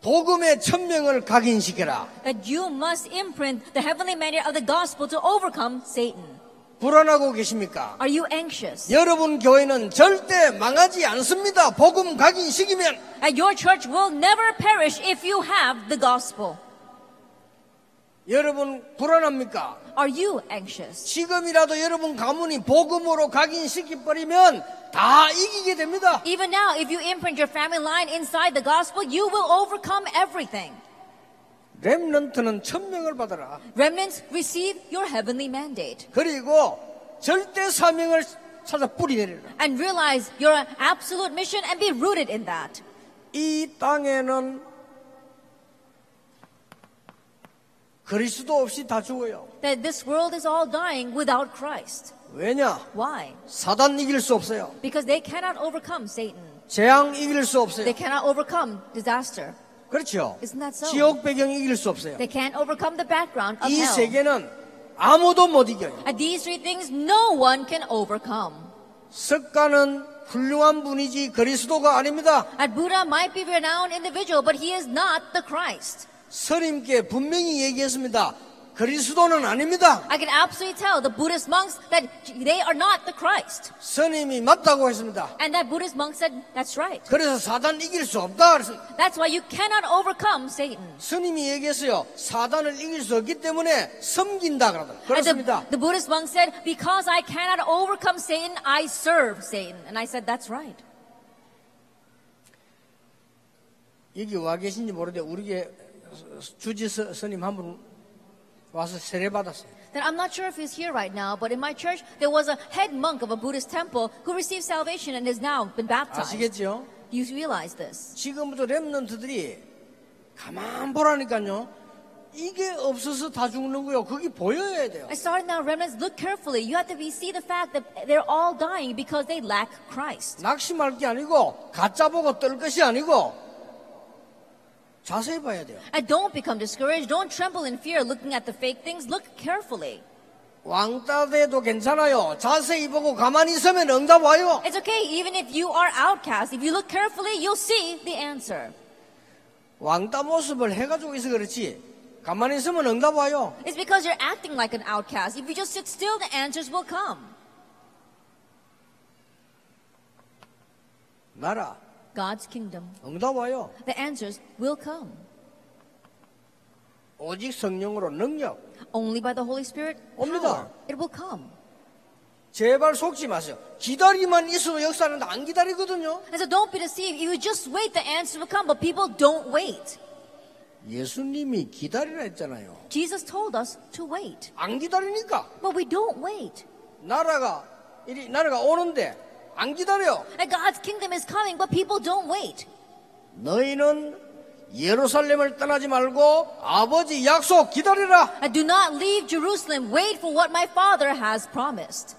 A: 복음의 천명을 각인시켜라.
B: that you must imprint the heavenly mandate of the gospel to overcome Satan.
A: 불안하고 계십니까?
B: Are you anxious?
A: 여러분 교회는 절대 망하지 않습니다. 복음 각인시키면
B: And your church will never perish if you have the gospel.
A: 여러분 불안합니까?
B: Are you anxious?
A: 지금이라도 여러분 가문이 복음으로 각인시키 버리면 다 이기게 됩니다.
B: Even now, if you imprint your family line inside the gospel, you will overcome everything.
A: 렘넌트는 천명을 받아라.
B: Remnants, receive your heavenly mandate
A: 그리고 절대 사명을 찾아 뿌리 내리라.
B: and realize your absolute mission and be rooted in that.
A: 이 땅에는 그리스도 없이 다 죽어요.
B: That this world is all dying without Christ.
A: 왜냐?
B: Why?
A: 사단 이길 수 없어요.
B: Because they cannot overcome Satan.
A: 재앙 이길 수
B: They
A: 없어요.
B: cannot overcome disaster.
A: 그렇죠.
B: Isn't that so?
A: 지옥 배경 이길 수 없어요.
B: They can't overcome the background of
A: 이
B: hell.
A: 세계는 아무도 못 이겨요.
B: And these three things no one can overcome.
A: 석가는 훌륭한 분이지 그리스도가 아닙니다.
B: And Buddha might be renowned individual, but he is not the Christ.
A: 서림께 분명히 얘기했습니다. 그리스도는 아닙니다.
B: I can absolutely tell the Buddhist monks that they are not the Christ.
A: 스님이 맞다고 했습니다.
B: And that Buddhist monk said, that's right.
A: 그래서 사단 이길 수 없다. 그래서
B: That's why you cannot overcome Satan.
A: 스님이 얘기했어요. 사단을 이길 수 없기 때문에 섬긴다 그러더라.
B: And
A: 그렇습니다.
B: the, the Buddhist monk said, because I cannot overcome Satan, I serve Satan. And I said, that's right.
A: 여기 와 계신지 모르는데 우리게 주지 스- 스님 한 분 와서 세례 받았어요.
B: Then I'm not sure if he's here right now, but in my church, there was a head monk of a Buddhist temple who received salvation and has now been baptized.
A: 아시겠죠?
B: You realize this.
A: 지금부터 렘넌트들이 가만 보라니까요. 이게 없어서 다 죽는 거요. 그게 보여야 돼요.
B: I started now, remnants, look carefully. You have to be, see the fact that they're all dying because they lack Christ.
A: 낙심할 게 아니고 가짜 보고 떨 것이 아니고 자세히 봐야 돼요.
B: And don't become discouraged. Don't tremble in fear looking at the fake things. Look carefully.
A: 왕따 돼도 괜찮아요. 자세히 보고 가만히 있으면 응답 와요.
B: It's okay, even if you are outcast, if you look carefully, you'll see the answer.
A: 왕따 모습을 해가지고 있어 그렇지. 가만히 있으면 응답 와요.
B: It's because you're acting like an outcast. If you just sit still, the answers will come.
A: 나라
B: God's kingdom.
A: 응답 와요.
B: The answers will come.
A: 오직 성령으로 능력.
B: Only by the Holy Spirit.
A: 옵니다.
B: power. It will come.
A: 제발 속지 마세요. 기다리만 있어도 역사는 안 기다리거든요.
B: And so don't be deceived. If you just wait, the answers will come. But people don't wait.
A: 예수님이 기다리라 했잖아요.
B: Jesus told us to wait.
A: 안 기다리니까
B: But we don't wait.
A: 나라가 이리 나라가 오는데 안 기다려.
B: And God's kingdom is coming, but people don't wait.
A: 너희는 예루살렘을 떠나지 말고 아버지 약속 기다리라.
B: And do not leave Jerusalem. Wait for what my Father has promised.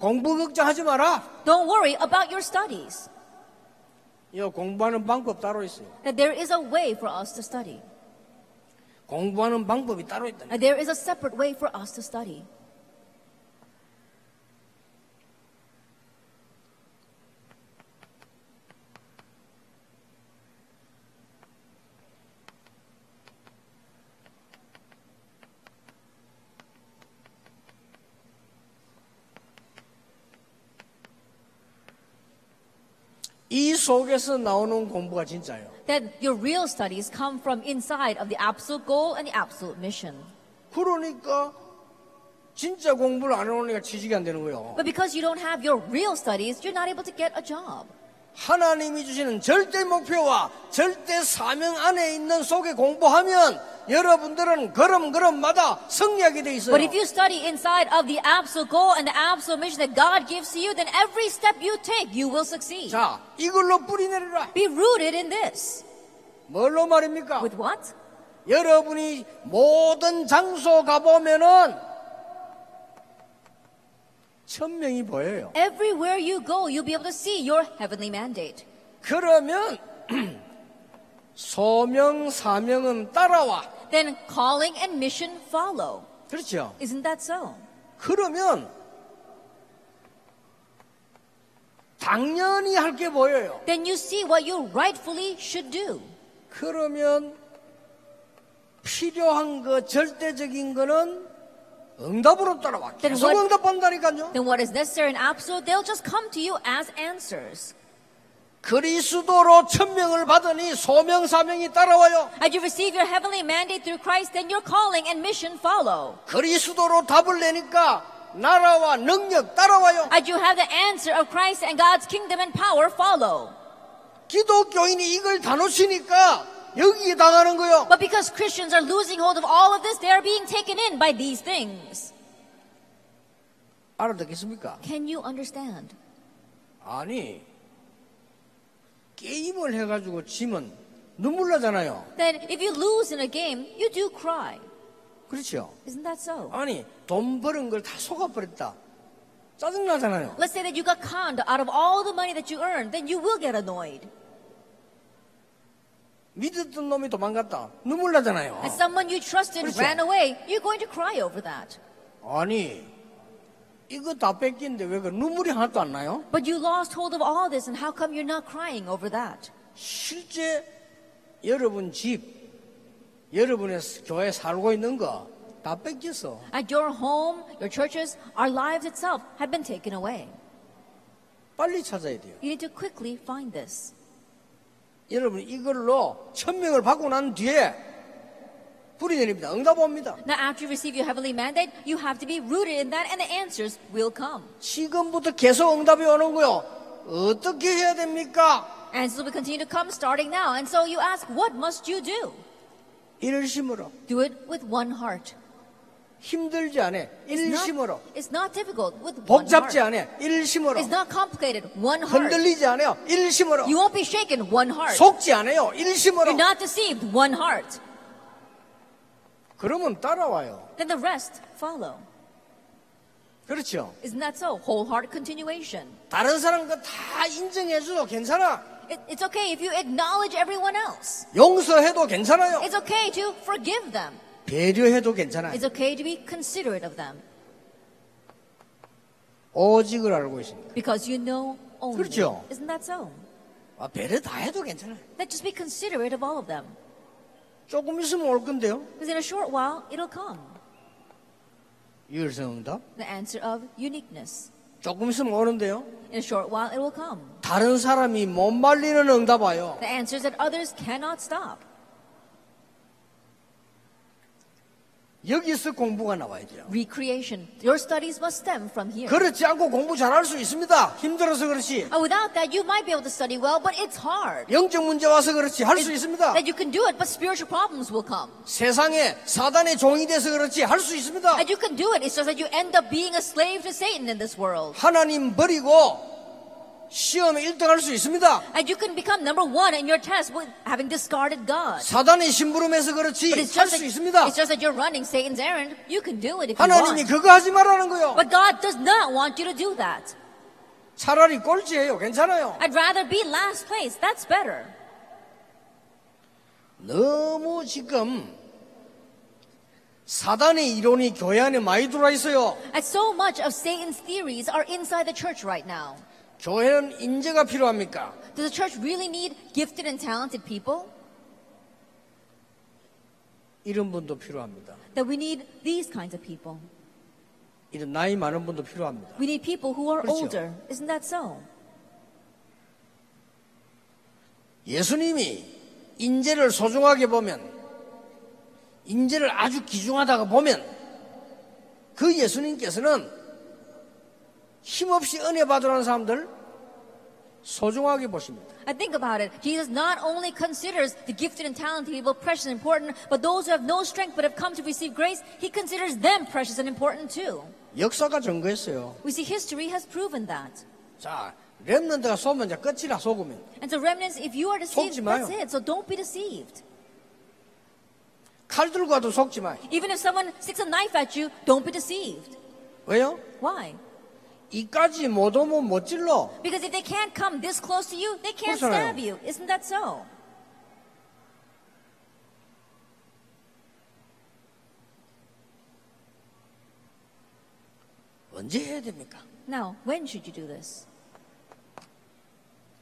A: 공부 걱정하지 마라.
B: Don't worry about your studies.
A: 이 공부하는 방법 따로 있어요.
B: That there is a way for us to study.
A: 공부하는 방법이 따로 있다.
B: And there is a separate way for us to study.
A: 이 속에서 나오는 공부가 진짜예요.
B: That your real studies come from inside of the absolute goal and the absolute mission.
A: 그러니까 진짜 공부를 안 해오니까 취직이 안 되는 거예요.
B: But because you don't have your real studies, you're not able to get a job.
A: 하나님이 주시는 절대 목표와 절대 사명 안에 있는 속에 공부하면 여러분들은 걸음걸음마다 성리하게 돼 있어요.
B: But if you study inside of the absolute goal and the absolute mission that God gives to you, then every step you take, you will succeed.
A: 자, 이걸로 뿌리 내리라.
B: Be rooted in this.
A: 뭘로 말입니까?
B: With what?
A: 여러분이 모든 장소 가보면은 천명이 보여요.
B: Everywhere you go, you'll be able to see your heavenly mandate.
A: 그러면 소명, 사명은 따라와.
B: Then calling and mission follow.
A: 그렇죠?
B: Isn't that so?
A: 그러면 당연히 할 게 보여요.
B: Then you see what you rightfully should do.
A: 그러면 필요한 거 절대적인 거는 응답으로 따라와. 계속
B: what-
A: 응답한다니까요.
B: Then what is necessary and absolute, they'll just come to you as answers.
A: 그리스도로 천명을 받으니 소명 사명이 따라와요.
B: As you receive your heavenly mandate through Christ, then your calling and mission follow.
A: 그리스도로 답을 내니까 나라와 능력 따라와요.
B: As you have the answer of Christ and God's kingdom and power follow.
A: 기독교인이 이걸 다 놓치니까 여기에 당하는 거요.
B: But because Christians are losing hold of all of this, they are being taken in by these things.
A: 알아듣겠습니까?
B: Can you understand?
A: 아니 게임을 해가지고 지면 눈물 나잖아요.
B: That if you lose in a game, you do cry.
A: 그렇죠?
B: Isn't that so?
A: 아니 돈 버는 걸 다 속아버렸다. 짜증 나잖아요.
B: Let's say that you got conned out of all the money that you earned, then you will get annoyed.
A: 믿었던 놈이 도망갔다. 눈물 나잖아요.
B: And someone you trusted
A: 그렇죠.
B: ran away, you're going to cry over that.
A: 아니 이거 다 뺏긴데 왜 그 눈물이 하나도 안 나요?
B: But you lost hold of all this, and how come you're not crying over that?
A: 실제 여러분 집, 여러분의 교회 살고 있는 거 다 뺏겼어.
B: At your home, your churches, our lives itself have been taken away.
A: 빨리 찾아야 돼요.
B: You need to quickly find this.
A: 여러분 이걸로 천명을 받고 난 뒤에 불이 내립니다. 응답 옵니다.
B: Now, after you receive your heavenly mandate, you have to be rooted in that, and the answers will come.
A: 지금부터 계속 응답이 오는 거요. 어떻게 해야 됩니까?
B: And so we continue to come starting now. And so you ask, what must you do?
A: 일심으로
B: Do it with one heart.
A: 힘들지 않아.
B: It's
A: 일심으로
B: not, it's not difficult with one
A: 복잡지
B: heart.
A: 않아. 일심으로
B: It's not complicated. One heart.
A: 흔들리지 않아요. 일심으로
B: You won't be shaken. One heart.
A: 속지 않아요. 일심으로
B: You're not deceived. One heart.
A: 그러면 따라와요.
B: Then the rest follow.
A: 그렇죠.
B: Isn't that so? Wholehearted continuation.
A: 다른 사람 거다 인정해줘도 괜찮아.
B: It, it's okay if you acknowledge everyone else.
A: 용서해도 괜찮아요.
B: It's okay to forgive them.
A: 배려해도 괜찮아요.
B: It's okay to be considerate of them
A: 오직을 알고 있습니다.
B: because you know only.
A: 그렇죠.
B: Isn't that so?
A: 아, 배려 다 해도 괜찮아요.
B: Then just be considerate of all of them
A: 조금 있으면 올 건데요.
B: because in a short while it'll come.
A: 유일성응답.
B: The answer of uniqueness.
A: 조금 있으면 오는데요.
B: In a short while it will come.
A: 다른 사람이 못 말리는 응답 와요.
B: The answers that others cannot stop.
A: 여기서 공부가 나와야 돼요.
B: Recreation. Your studies must stem from here.
A: 그렇지 않고 공부 잘할 수 있습니다. 힘들어서 그렇지.
B: Uh, without that, you might be able to study well, but it's hard.
A: 영적 문제 와서 그렇지. 할 수 있습니다.
B: That you can do it, but spiritual problems will come.
A: 세상에 사단의 종이 돼서 그렇지. 할 수 있습니다.
B: That you can do it, it's just that you end up being a slave to Satan in this world.
A: 하나님 버리고 시험에 1등 할 수 있습니다.
B: And you can become number one in your test with having discarded God.
A: 사단의 심부름에서
B: But
A: 그렇지.
B: it's
A: 할수
B: just, that,
A: 있습니다.
B: it's just that you're running Satan's errand. You can do it if you
A: 하나님이
B: want.
A: 그거 하지 말라는 거요.
B: But God does not want you to do that.
A: 차라리 꼴찌예요. 괜찮아요.
B: I'd rather be last place. That's better.
A: 너무 지금 사단의 이론이 교회 안에 많이 들어와 있어요.
B: And so much of Satan's theories are inside the church right now.
A: 교회는 인재가 필요합니까?
B: Does the church really need gifted and talented people?
A: 이런 분도 필요합니다.
B: That we need these kinds of people.
A: 이런 나이 많은 분도 필요합니다.
B: We need people who are
A: 그렇죠.
B: older. Isn't that so?
A: 예수님이 인재를 소중하게 보면 인재를 아주 귀중하다고 보면 그 예수님께서는 힘없이 은혜 받으라는 사람들 소중하게 보십니다.
B: I think about it. Jesus not only considers the gifted and talented people precious and important, but those who have no strength but have come to receive grace, he considers them precious and important too.
A: 역사가 증거했어요.
B: We see history has proven that.
A: 자, 렘넌트가 쏘면 이제 끝이라 속으면
B: And so, remnants, if you are deceived,
A: 속지 마요.
B: that's it. So don't be deceived.
A: 칼 들고 와도 속지 마.
B: Even if someone sticks a knife at you, don't be deceived.
A: 왜요?
B: Why?
A: 이까지 못 오면 못 질러.
B: Because if they can't come this close to you, they can't
A: 그렇잖아요.
B: stab you. Isn't that so?
A: 언제 해야 됩니까?
B: Now, when should you do this?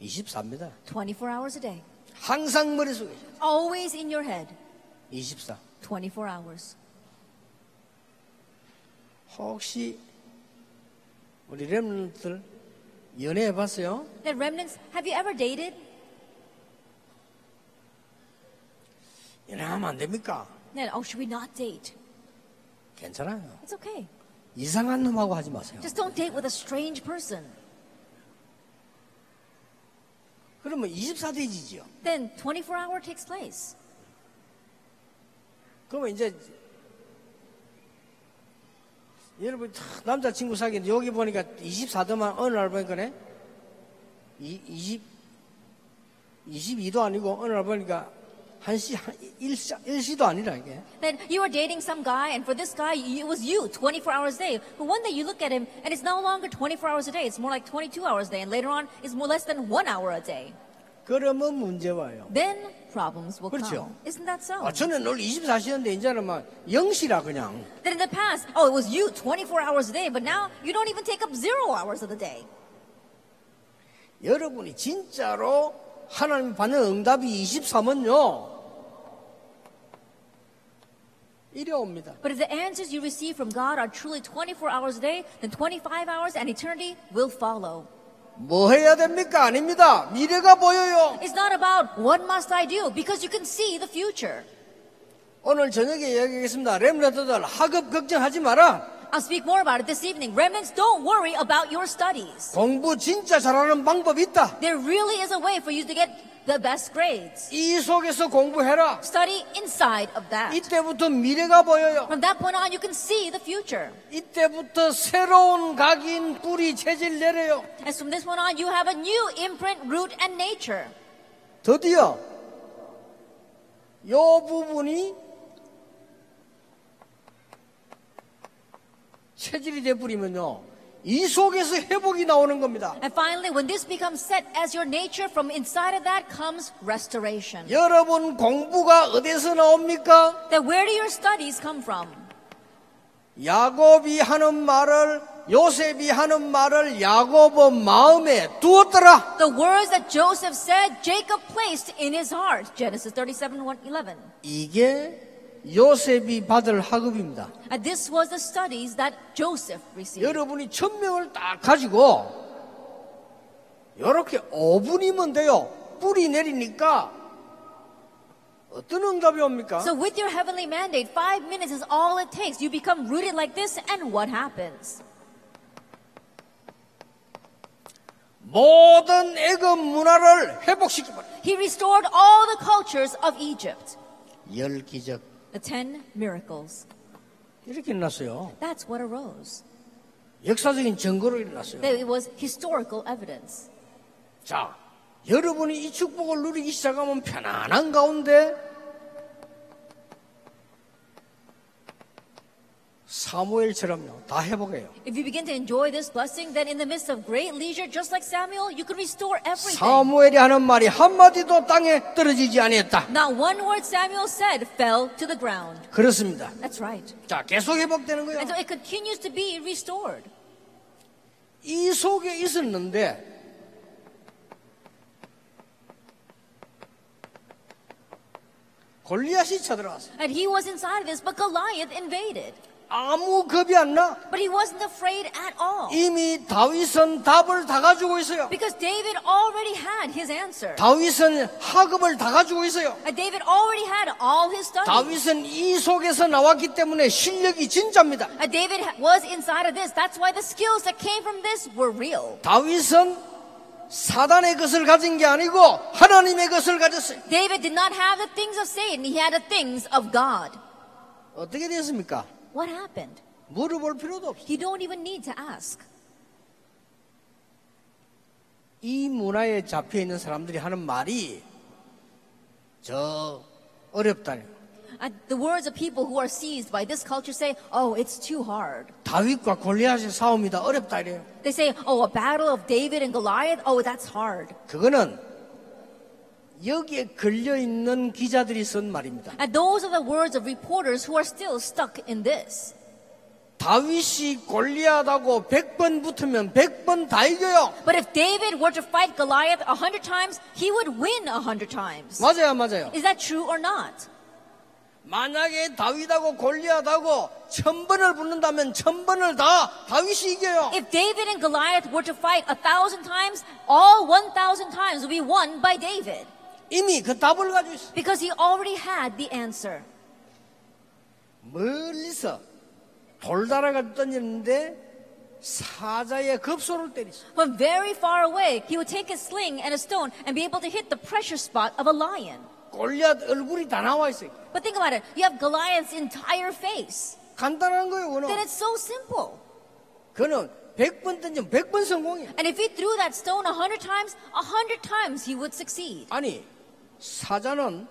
A: 24입니다.
B: 24 hours a day.
A: 항상 머릿속에 있어요.
B: Always in your head.
A: 24.
B: 24 hours.
A: 혹시 우리 렘넌트들 연애해 봤어요?
B: Then, remnants, have you ever dated?
A: 연애하면 안 됩니까?
B: Then, oh, should we not date?
A: 괜찮아요.
B: It's okay.
A: 이상한 놈하고 하지 마세요.
B: Just don't date with a strange person.
A: 그러면 24대지지요.
B: Then 24 hour takes place.
A: 그러면 이제 여러분 다 남자친구 사귀는데 여기 보니까 24도만 어느 날 보니까네 이- 20, 22도 아니고 어느 날 보니까 1시, 1시, 1시도 아니라 이게
B: Then you were dating some guy, and for this guy, y- it was you 24 hours a day. But one day you look at him, and it's no longer 24 hours a day. It's more like 22 hours a day. And later on, it's more less than one hour a day.
A: 그러면 문제 와요
B: Then problems will
A: 그렇죠.
B: come. Isn't that so?
A: 아, 저는 늘 24시였는데 이제는 막 0시라 그냥
B: That in the past, oh, it was you 24 hours a day, but now you don't even take up zero hours of the day.
A: 여러분이 진짜로 하나님 받는 응답이 23은요 이래 옵니다.
B: But if the answers you receive from God are truly 24 hours a day, then 25 hours and eternity will follow.
A: 뭐 해야 됩니까? 아닙니다. 미래가 보여요.
B: It's not about what must I do because you can see the future.
A: 오늘 저녁에 이야기하겠습니다. 렘런트들 학업 걱정하지 마라.
B: I'll speak more about it this evening. Remnants, don't worry about your studies.
A: 공부 진짜 잘하는 방법이 있다.
B: There really is a way for you to get the best grades.
A: 이 속에서 공부해라.
B: Study inside of that.
A: 이때부터 미래가 보여요.
B: From that point on, you can see the future.
A: 이때부터 새로운 각인 뿌리 체질 내려요.
B: As from this one on, you have a new imprint, root, and nature.
A: 드디어 요 부분이 체질이 돼버리면요. 이 속에서 회복이 나오는 겁니다.
B: And finally, when this becomes set as your nature, from inside of that comes restoration.
A: 여러분 공부가 어디서 나옵니까?
B: Then where do your studies come from?
A: 야곱이 하는 말을 요셉이 하는 말을 야곱의 마음에 두었더라.
B: The words that Joseph said, Jacob placed in his heart. Genesis 37, 11.
A: 이게 요셉이 받을 학업입니다.
B: And this was the studies that Joseph received.
A: 여러분이 천명을 딱 가지고 이렇게 5분이면 돼요. 뿌리 내리니까 어떤 응답이 옵니까?
B: So with your heavenly mandate, five minutes is all it takes. You become rooted like this, and what happens?
A: 모든 애급 문화를 회복시키버려.
B: He restored all the cultures of Egypt.
A: 열 기적
B: The ten miracles.
A: 이렇게 일어났어요.
B: That's what arose.
A: 역사적인 증거로 일어났어요.
B: That it was historical evidence.
A: 자, 여러분이 이 축복을 누리기 시작하면 편안한 가운데 사무엘처럼요. 다 회복해요.
B: If you begin to enjoy this blessing, then in the midst of great leisure, just like Samuel, you could restore everything.
A: 사무엘이 하는 말이 한마디도 땅에 떨어지지 아니했다.
B: Not one word Samuel said fell to the ground.
A: 그렇습니다.
B: That's right.
A: 자, 계속 회복되는 거예요.
B: And so it continues to be restored.
A: 이 속에 있었는데 골리앗이 쳐들어왔어요.
B: And he was inside of this, but Goliath invaded.
A: 아무 겁이 안 나.
B: But he wasn't afraid at all.
A: 이미 다윗은 답을 다 가지고 있어요.
B: Because David already had his answer.
A: 다윗은 학업을 다 가지고 있어요.
B: And David already had all his studies.
A: 다윗은 이 속에서 나왔기 때문에 실력이 진짜입니다.
B: And David ha- was inside of this. That's why the skills that came from this were real.
A: 다윗은 사단의 것을 가진 게 아니고 하나님의 것을 가졌어요.
B: David did not have the things of Satan, he had the things of God.
A: 어떻게 됐습니까?
B: What happened?
A: 물어볼 필요도 없어요.
B: You don't even need to ask.
A: 이 문화에 잡혀 있는 사람들이 하는 말이 저 어렵다니.
B: And Uh, the words of people who are seized by this culture say, oh, it's too hard.
A: 다윗과 골리앗의 싸움이다 어렵다 이래요.
B: They say, oh, a battle of David and Goliath, oh, that's hard.
A: 그거는 여기에 걸려 있는 기자들이 쓴 말입니다.
B: And those are the words of reporters who are still stuck in this.
A: 다윗이 골리앗하고 100번 붙으면 100번 다 이겨요.
B: But if David were to fight Goliath a hundred times, he would win a hundred times.
A: 맞아요, 안 맞아요.
B: Is that true or not?
A: 만약에 다윗하고 골리앗하고 1000번을 붙는다면 1000번을 다 다윗이 이겨요.
B: If David and Goliath were to fight a thousand times, all one thousand times would be won by David
A: 이미 그 답을 가지고 있어.
B: because he already had the answer.
A: 멀리서 돌다라가 던졌는데 사자의 급소를 때리죠.
B: From very far away, he would take a sling and a stone and be able to hit the pressure spot of a lion.
A: 골리앗 얼굴이 다 나와 있어요.
B: But think about it you have Goliath's entire face.
A: 간단한 거예요,
B: Then
A: 그는.
B: it's so simple.
A: 그는 100번 던지면 100번 성공이야.
B: And if he threw that stone a hundred times, a hundred times he would succeed.
A: 아니, 사자는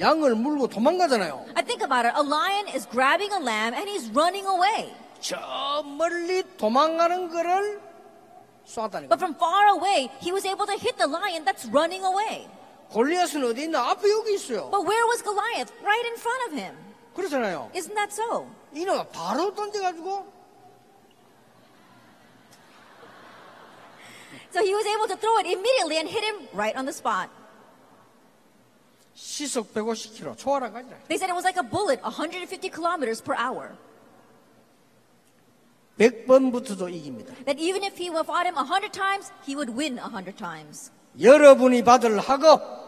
A: 양을 물고 도망가잖아요.
B: I think about it a lion is grabbing a lamb and he's running away.
A: 저 멀리 도망가는 거를 쏘았다는
B: But
A: 거예요.
B: from far away, he was able to hit the lion that's running away.
A: 골리앗은 어디 있나? 앞에 여기 있어요.
B: But where was Goliath? Right in front of him.
A: 그렇잖아요.
B: Isn't that so?
A: 이놈아 바로 던져가지고
B: So he was able to throw it immediately and hit him right on the spot.
A: 시속 150km 초하라 가지라.
B: They said it was like a bullet, 150 kilometers per hour.
A: 100번부터도 이깁니다.
B: That even if he would fought him 100 times, he would win 100 times.
A: 여러분이 받을 학업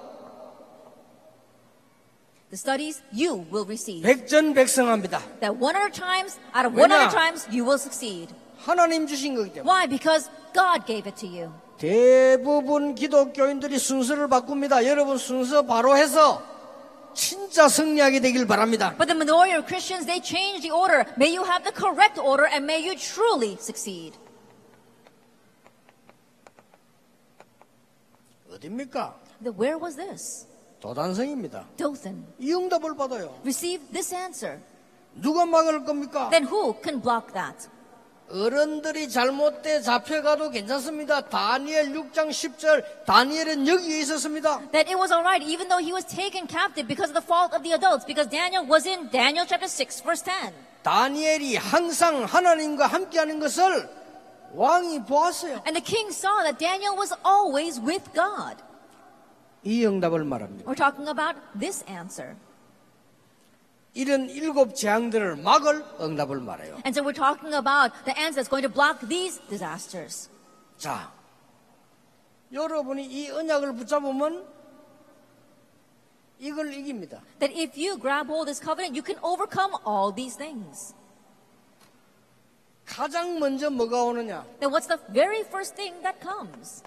B: The studies you will receive.
A: 백전백승합니다.
B: That 100 times, out of
A: Why not?
B: 100 times, you will succeed.
A: 하나님 주신 거기 때문에
B: Why? Because God gave it to you.
A: 대부분 기독교인들이 순서를 바꿉니다. 여러분 순서 바로 해서 진짜 승리하게 되길 바랍니다.
B: But the minority of Christians, they change the order. May you have the correct order and may you truly succeed.
A: 어딥니까?
B: The, where was this?
A: 도단성입니다.
B: Dothan.
A: 이 응답을 받아요.
B: Receive this answer.
A: 누가 막을 겁니까?
B: Then who can block that?
A: 어른들이 잘못돼 잡혀가도 괜찮습니다. 다니엘 6장 10절 다니엘은 여기에 있었습니다.
B: That it was alright even though he was taken captive because of the fault of the adults, because Daniel was in Daniel chapter 6, verse 10.
A: 다니엘이 항상 하나님과 함께하는 것을 왕이 보았어요.
B: And the king saw that Daniel was always with God.
A: 이 응답을 말합니다.
B: We're talking about this answer.
A: 이런 일곱 재앙들을 막을 응답을 말해요.
B: And so we're talking about the answer that's going to block these disasters.
A: 자, 여러분이 이 언약을 붙잡으면 이걸 이깁니다.
B: That if you grab hold of this covenant, you can overcome all these things.
A: 가장 먼저 뭐가 오느냐?
B: Then what's the very first thing that comes?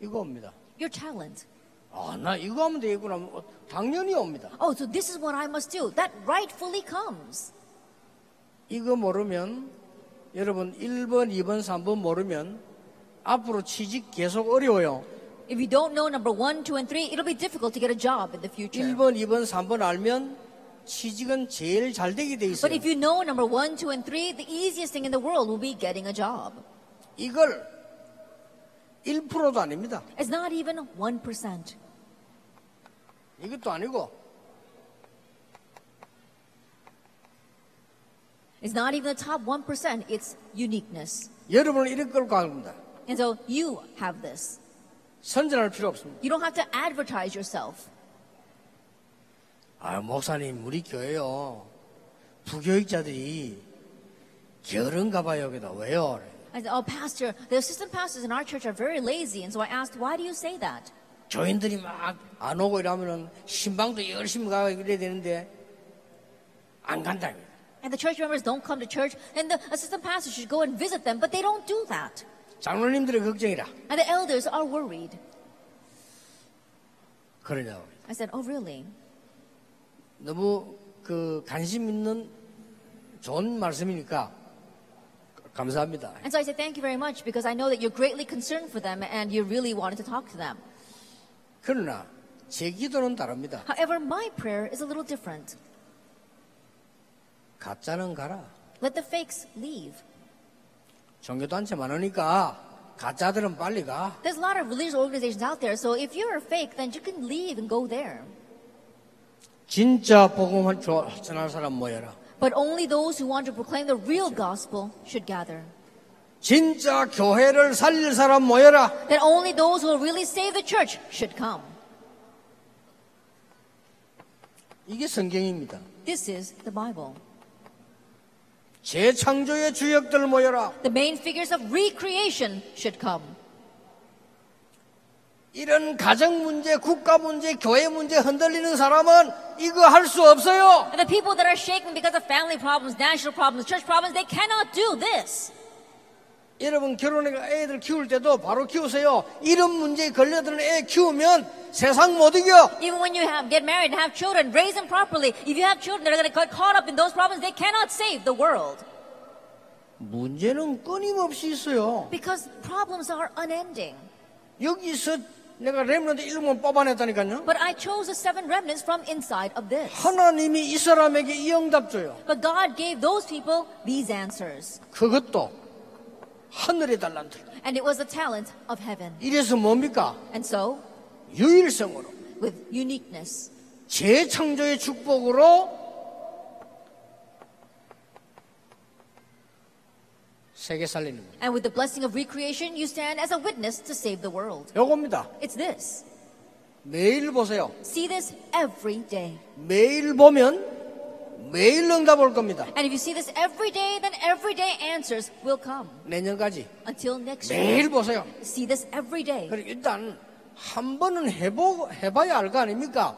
A: 이거 옵니다.
B: Your talent.
A: 아, 나 이거 하면 되겠구나. 하면 어, 당연히 옵니다.
B: Oh, so this is what I must do. That rightfully comes.
A: 이거 모르면 여러분 1번, 2번, 3번 모르면 앞으로 취직 계속 어려워요.
B: If you don't know number one, two, and three, it'll be difficult to get a job in the future.
A: 1번, 2번, 3번 알면 취직은 제일 잘 되게 돼
B: But
A: 있어요.
B: if you know number one, two, and three, the easiest thing in the world will be getting a job.
A: 이걸 1%도 아닙니다.
B: It's not even 1%.
A: 이것도 아니고
B: It's not even the top 1%. It's uniqueness.
A: 여러분은 이런 걸 가합니다.
B: And so you have this.
A: 선전할 필요 없습니다.
B: You don't have to advertise yourself.
A: 아, 목사님, 우리 교회요. 부교육자들이 게으른가 봐요. 그다 왜요?
B: I said, oh, pastor, the assistant pastors in our church are very lazy. And so I asked, why do you say that?
A: 교인들이 막 안 오고 이러면은 신방도 열심히 가고 이래야 되는데 안 간다.
B: And the church members don't come to church, and the assistant pastor should go and visit them, but they don't do that.
A: 장로님들의 걱정이라.
B: And the elders are worried.
A: 그러냐고.
B: I said, oh, really?
A: 너무 그 관심 있는 좋은 말씀이니까 감사합니다.
B: And so I said, thank you very much, because I know that you're greatly concerned for them, and you really wanted to talk to them.
A: 그러나 제 기도는 다릅니다.
B: However, my prayer is a little different.
A: 가짜는 가라.
B: Let the fakes leave.
A: 종교단체 많으니까 가짜들은 빨리 가.
B: There's a lot of religious organizations out there, so if you're a fake, then you can leave and go there.
A: 진짜 복음을 조- 전할 사람 모여라.
B: But only those who want to proclaim the real gospel should gather.
A: 진짜 교회를 살릴 사람 모여라.
B: That only those who will really save the church should come.
A: 이게 성경입니다.
B: This is the Bible.
A: 재창조의 주역들 모여라.
B: The main figures of recreation should come.
A: 이런 가정 문제, 국가 문제, 교회 문제 흔들리는 사람은 이거 할 수 없어요.
B: And the people that are shaken because of family problems, national problems, church problems, they cannot do this.
A: 여러분 결혼해서 애들 키울 때도 바로 키우세요. 이런 문제에 걸려드는 애 키우면 세상 못 이겨.
B: Even when you have, get married and have children, raise them properly. If you have children that are going to get caught up in those problems, they cannot save the world.
A: 문제는 끊임없이 있어요.
B: Because problems are unending.
A: 여기서 내가 렘런드 일곱 뽑아냈다니까요.
B: But I chose the seven remnants from inside of this.
A: 하나님이 이 사람에게 이 응답 줘요.
B: But God gave those people these answers.
A: 그것도 하늘의 달란트.
B: And it was the talent of heaven.
A: 이래서 뭡니까?
B: And so,
A: 유일성으로
B: with uniqueness,
A: 재창조의 축복으로 세계 살리는 거예요.
B: And with the blessing of recreation, you stand as a witness to save the world.
A: 요겁니다.
B: It's this.
A: 매일 보세요.
B: See this every day.
A: 매일 보면 매일 응답 올 겁니다.
B: And if you see this every day, then every day answers will come.
A: 내년까지
B: Until next year.
A: 매일 보세요.
B: See this every day.
A: 그리고 일단 한 번은 해보 해봐야 알 거 아닙니까?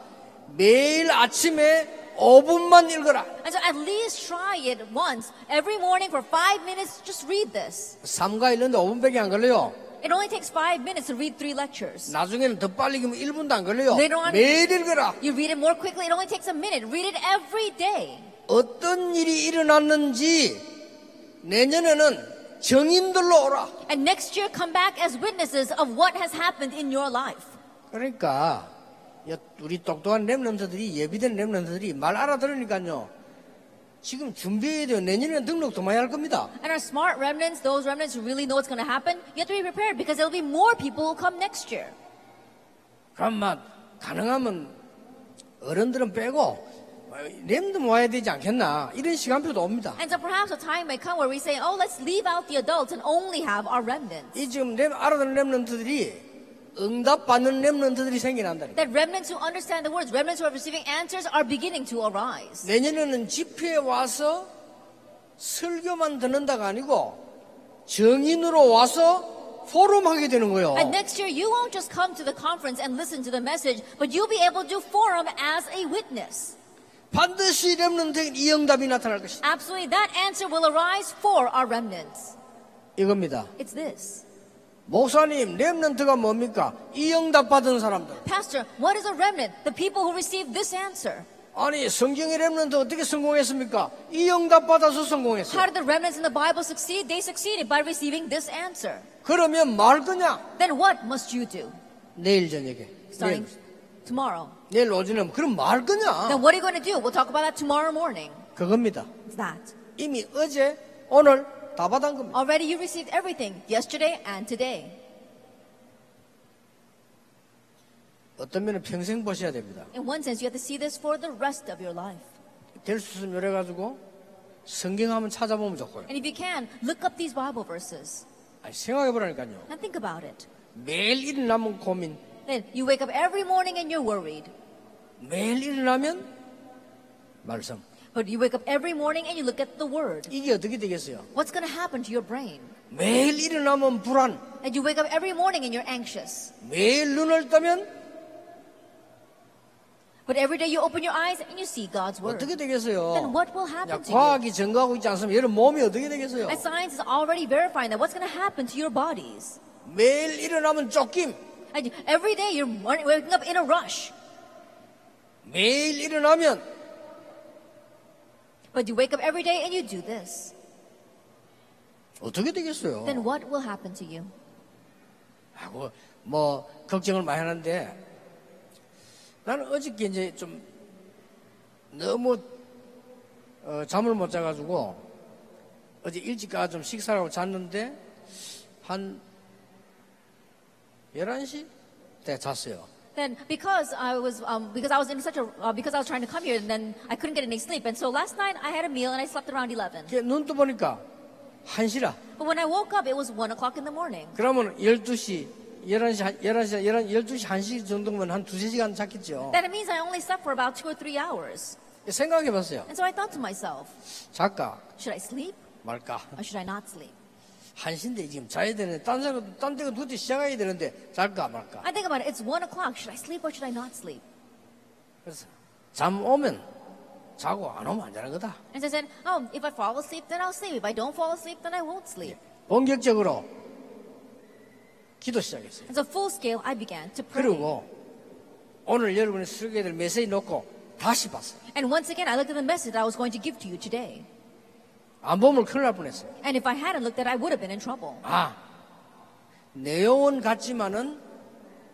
A: 매일 아침에 5분만 읽어라.
B: And so at least try it once every morning for five minutes. Just read this.
A: 3가 읽는데 5분밖에 안 걸려요.
B: It only takes five minutes to read three lectures.
A: 나중에는 더 빨리 읽으면 1분도 안 걸려요.
B: 네, 동안-
A: 매일 읽어라.
B: You read it more quickly. It only takes a minute. Read it every day.
A: 어떤 일이 일어났는지 내년에는 정인들로 오라.
B: And next year, come back as witnesses of what has happened in your life.
A: 그러니까 여- 우리 똑똑한 랩런터들이 예비된 랩런터들이 말 알아들으니까요. 지금 준비해야 돼요. 내년에는 등록도 많이 할 겁니다.
B: And our smart remnants, those remnants who really know what's going to happen, you have to be prepared because there'll be more people who come next year.
A: 그럼 막 가능하면 어른들은 빼고 랩도 모아야 되지 않겠나 이런 시간표도 옵니다.
B: And so perhaps a time may come where we say, oh, let's leave out the adults and only have our remnants.
A: 이 지금 랩 알아듣는 랩런트들이 응답받는 랩런트들이 생겨난다니.
B: That remnants who understand the words, remnants who are receiving answers, are beginning to arise.
A: 내년에는 집회에 와서 설교만 듣는다가 아니고 정인으로 와서 포럼하게 되는 거예요.
B: And next year, you won't just come to the conference and listen to the message, but you'll be able to forum as a witness.
A: 반드시 렘넌트에게 이 응답이 나타날 것이다.
B: Absolutely, that answer will arise for our remnants.
A: 이겁니다.
B: It's this.
A: 목사님, 렘넌트가 뭡니까? 이 응답 받은 사람들.
B: Pastor, what is a remnant? The people who received this answer.
A: 아니, 성경의 렘넌트 어떻게 성공했습니까? 이 응답 받아서 성공했어요.
B: How did the remnants in the Bible succeed? They succeeded by receiving this answer.
A: 그러면 말 거냐?
B: Then what must you do?
A: 내일 저녁에.
B: Starting
A: 내일,
B: tomorrow.
A: 내일 오전에 그럼 말 거냐?
B: Then what are you going to do? We'll talk about that tomorrow morning.
A: 그겁니다.
B: It's that.
A: 이미 어제, 오늘 다 받은 겁니다.
B: Already you received everything yesterday and today.
A: 어떤 면은 평생 보셔야 됩니다.
B: In one sense, you have to see this for the rest of your life.
A: 될 수 있으면 이래가지고 성경 한번 찾아보면 좋고요.
B: And if you can, look up these Bible verses
A: 아니, 생각해보라니까요.
B: and think about it.
A: 매일 일어나면 고민,
B: Then you wake up every morning and you're worried.
A: 매일 일어나면 말썽.
B: But you wake up every morning and you look at the Word.
A: 이게 어떻게 되겠어요?
B: What's going to happen to your brain?
A: 매일 일어나면 불안,
B: And you wake up every morning and you're anxious.
A: 매일 눈을 뜨면
B: But every day you open your eyes and you see God's Word.
A: 어떻게 되겠어요?
B: Then what will happen
A: 야,
B: to you?
A: 과학이 뭐 증거하고 있지 않으면 여러분 몸이 어떻게 되겠어요?
B: And science is already verifying that. What's going to happen to your bodies?
A: 매일 일어나면 쫓김,
B: And every day you're running- waking up in a rush.
A: 매일 일어나면
B: But you wake up every day and you do this.
A: 어떻게 되겠어요?
B: Then what will happen to you?
A: 하고 뭐 걱정을 많이 하는데 나는 어저께 이제 좀 너무 어, 잠을 못 자가지고 어제 일찍 가서 좀 식사를 하고 잤는데 한 11시 때 잤어요.
B: Then because I was um, because I was in such a uh, because I was trying to come here and then I couldn't get any sleep and so last night I had a meal and I slept around 11.
A: 눈떠 보니까 1시라.
B: But when I woke up it was 1 o'clock in the morning.
A: 그러면 12시, 11시, 한- 11시, 11, 12시, 1시 정도면 한 두세 시간 잤겠죠.
B: Then it means I only slept for about two or three hours.
A: 생각해 봤어요.
B: And so I thought to myself,
A: 잘까
B: should I sleep
A: 말까?
B: or should I not sleep?
A: 한신데 지금 자야 되는데 딴 사람 딴 데가 도대체 시작해야 되는데 잘까 말까
B: I think about it. It's one o'clock. Should I sleep or should I not sleep?
A: 그래서 잠 오면 자고 안 오면 안 자는 거다
B: And so I said, oh, if I fall asleep, then I'll sleep. If I don't fall asleep, then I won't sleep.
A: 예. 본격적으로 기도 시작했어요
B: And so full scale, I began to pray.
A: 그리고 오늘 여러분이 쓰게 될 메시지 놓고 다시 봤어요
B: And once again, I looked at the message that I was going to give to you today.
A: 안 보면 큰일 날 뻔했어요
B: And if I hadn't looked at it, I would have been in trouble.
A: 아 내용은 같지만은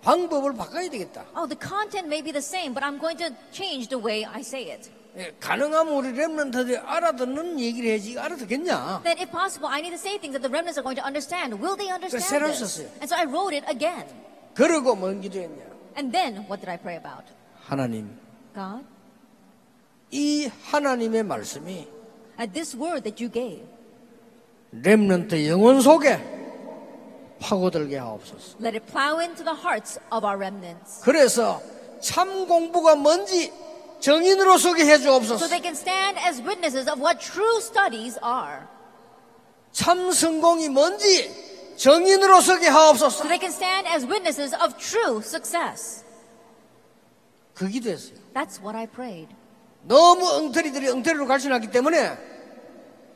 A: 방법을 바꿔야 되겠다
B: Oh, the content may be the same, but I'm going to change the way I say it.
A: 예, 가능하면 우리 렘런터들이 알아듣는 얘기를 해야지 알아듣겠냐
B: That if possible, I need to say things that the remnants are going to understand. Will they understand
A: 새로
B: this?
A: 썼어요.
B: And so I wrote it again.
A: 그러고 뭔 기도했냐
B: And then what did I pray about?
A: 하나님
B: God,
A: 이 하나님의 말씀이
B: at this word that you gave,
A: 렘넌트 영혼 속에 파고들게 하옵소서.
B: Let it plow into the hearts of our remnants
A: 그래서 참 공부가 뭔지 정인으로 소개해
B: so
A: 주옵소서.
B: they can stand as witnesses of what true studies are.
A: 참 성공이 뭔지 정인으로 소개 하옵소서.
B: So they can stand as witnesses of true success.
A: 그 기도했어요.
B: That's what I prayed.
A: 너무 엉터리들이 엉터리로 갈수났기 때문에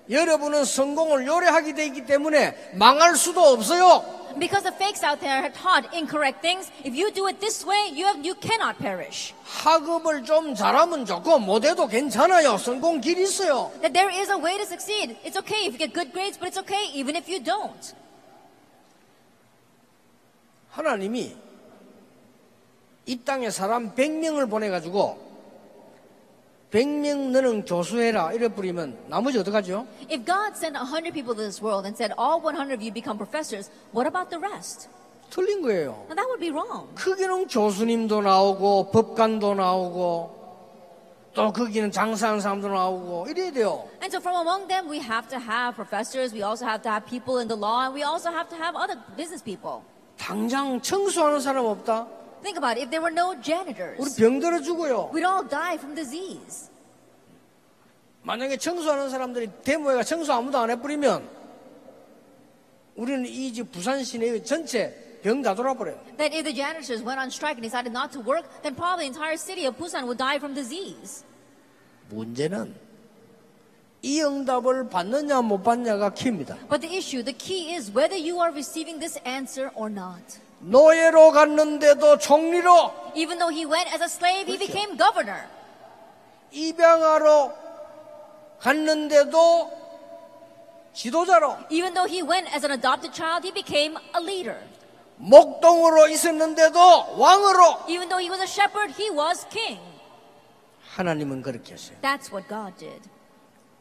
A: 여러분은 성공을 요래하게 돼 있기 때문에 망할 수도 없어요.
B: Because the fakes out there have taught incorrect things. If you do it this way, you, have, you cannot perish.
A: 학업을 좀 잘하면 좋고 못해도 괜찮아요. 성공 길이 있어요.
B: That there is a way to succeed. It's okay if you get good grades, but it's okay even if you don't.
A: 하나님이 이 땅에 사람 100명을 보내가지고 100명 너는 교수해라 이래 뿌리면 나머지 어떡하죠?
B: If God sent 100 people to this world and said, all 100 of you become professors, what about the rest?
A: 틀린 거예요.
B: Now that would be wrong.
A: 크게는 교수님도 나오고 법관도 나오고 또 거기는 장사하는 사람도 나오고 이래야 돼요.
B: And so from among them, we have to have professors, we also have to have people in the law, and we also have to have other business people.
A: 당장 청소하는 사람 없다?
B: Think about it, if there were no
A: 우리
B: janitors,
A: 병들어 죽어요.
B: we'd all die from disease.
A: 만약에 청소하는 사람들이 데모회가 청소 아무도 안 해버리면 우리는 이 집 부산 시내 전체 병 다 돌아버려요.
B: That if the janitors went on strike and decided not to work, then probably the entire city of Busan would die from disease.
A: 문제는 이 응답을 받느냐 못 받냐가 키입니다.
B: But the issue, the key is whether you are receiving this answer or not.
A: 노예로 갔는데도 총리로
B: Even though he went as a slave, he became governor.
A: 입양하러 갔는데도 지도자로
B: Even though he went as an adopted child, he became a leader.
A: 목동으로 있었는데도 왕으로
B: Even though he was a shepherd, he was king.
A: 하나님은 그렇게 했어요.
B: That's what God did.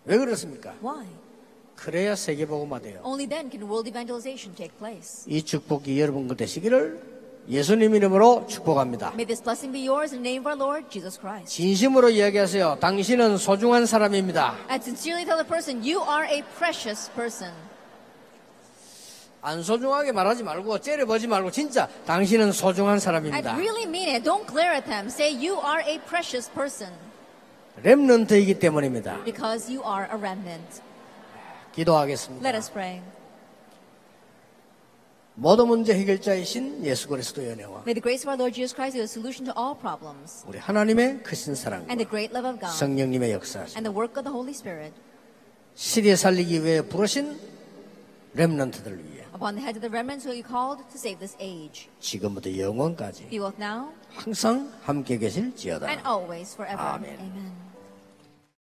A: 왜 그렇습니까?
B: Why?
A: 그래야 세계복음화 돼요.
B: Only then can world evangelization take place.
A: 이 축복이 여러분 것 되시기를 예수님 이름으로 축복합니다.
B: May this blessing be yours in the name of our Lord Jesus Christ.
A: 진심으로 이야기하세요. 당신은 소중한 사람입니다.
B: And sincerely tell the person, you are a precious person.
A: 안 소중하게 말하지 말고 째려보지 말고 진짜 당신은 소중한 사람입니다.
B: And really mean it. Don't glare at them. Say, you are a precious person
A: 렘넌트이기 때문입니다.
B: because you are a remnant.
A: 기도하겠습니다.
B: Let us pray.
A: 모든 문제 해결자이신 예수 그리스도의 은혜와
B: May the grace of our Lord Jesus Christ be the solution to all problems
A: 우리 하나님의 크신 사랑과
B: and the great love of God
A: 성령님의 역사하심
B: and the work of the Holy Spirit
A: 시대 살리기 위해 부르신 렘넌트들 위해
B: upon the heads of the remnants who you called to save this age.
A: 지금부터 영원까지
B: Be both now
A: 항상 함께 계실지어다.
B: and always forever.
A: Amen.
B: Amen.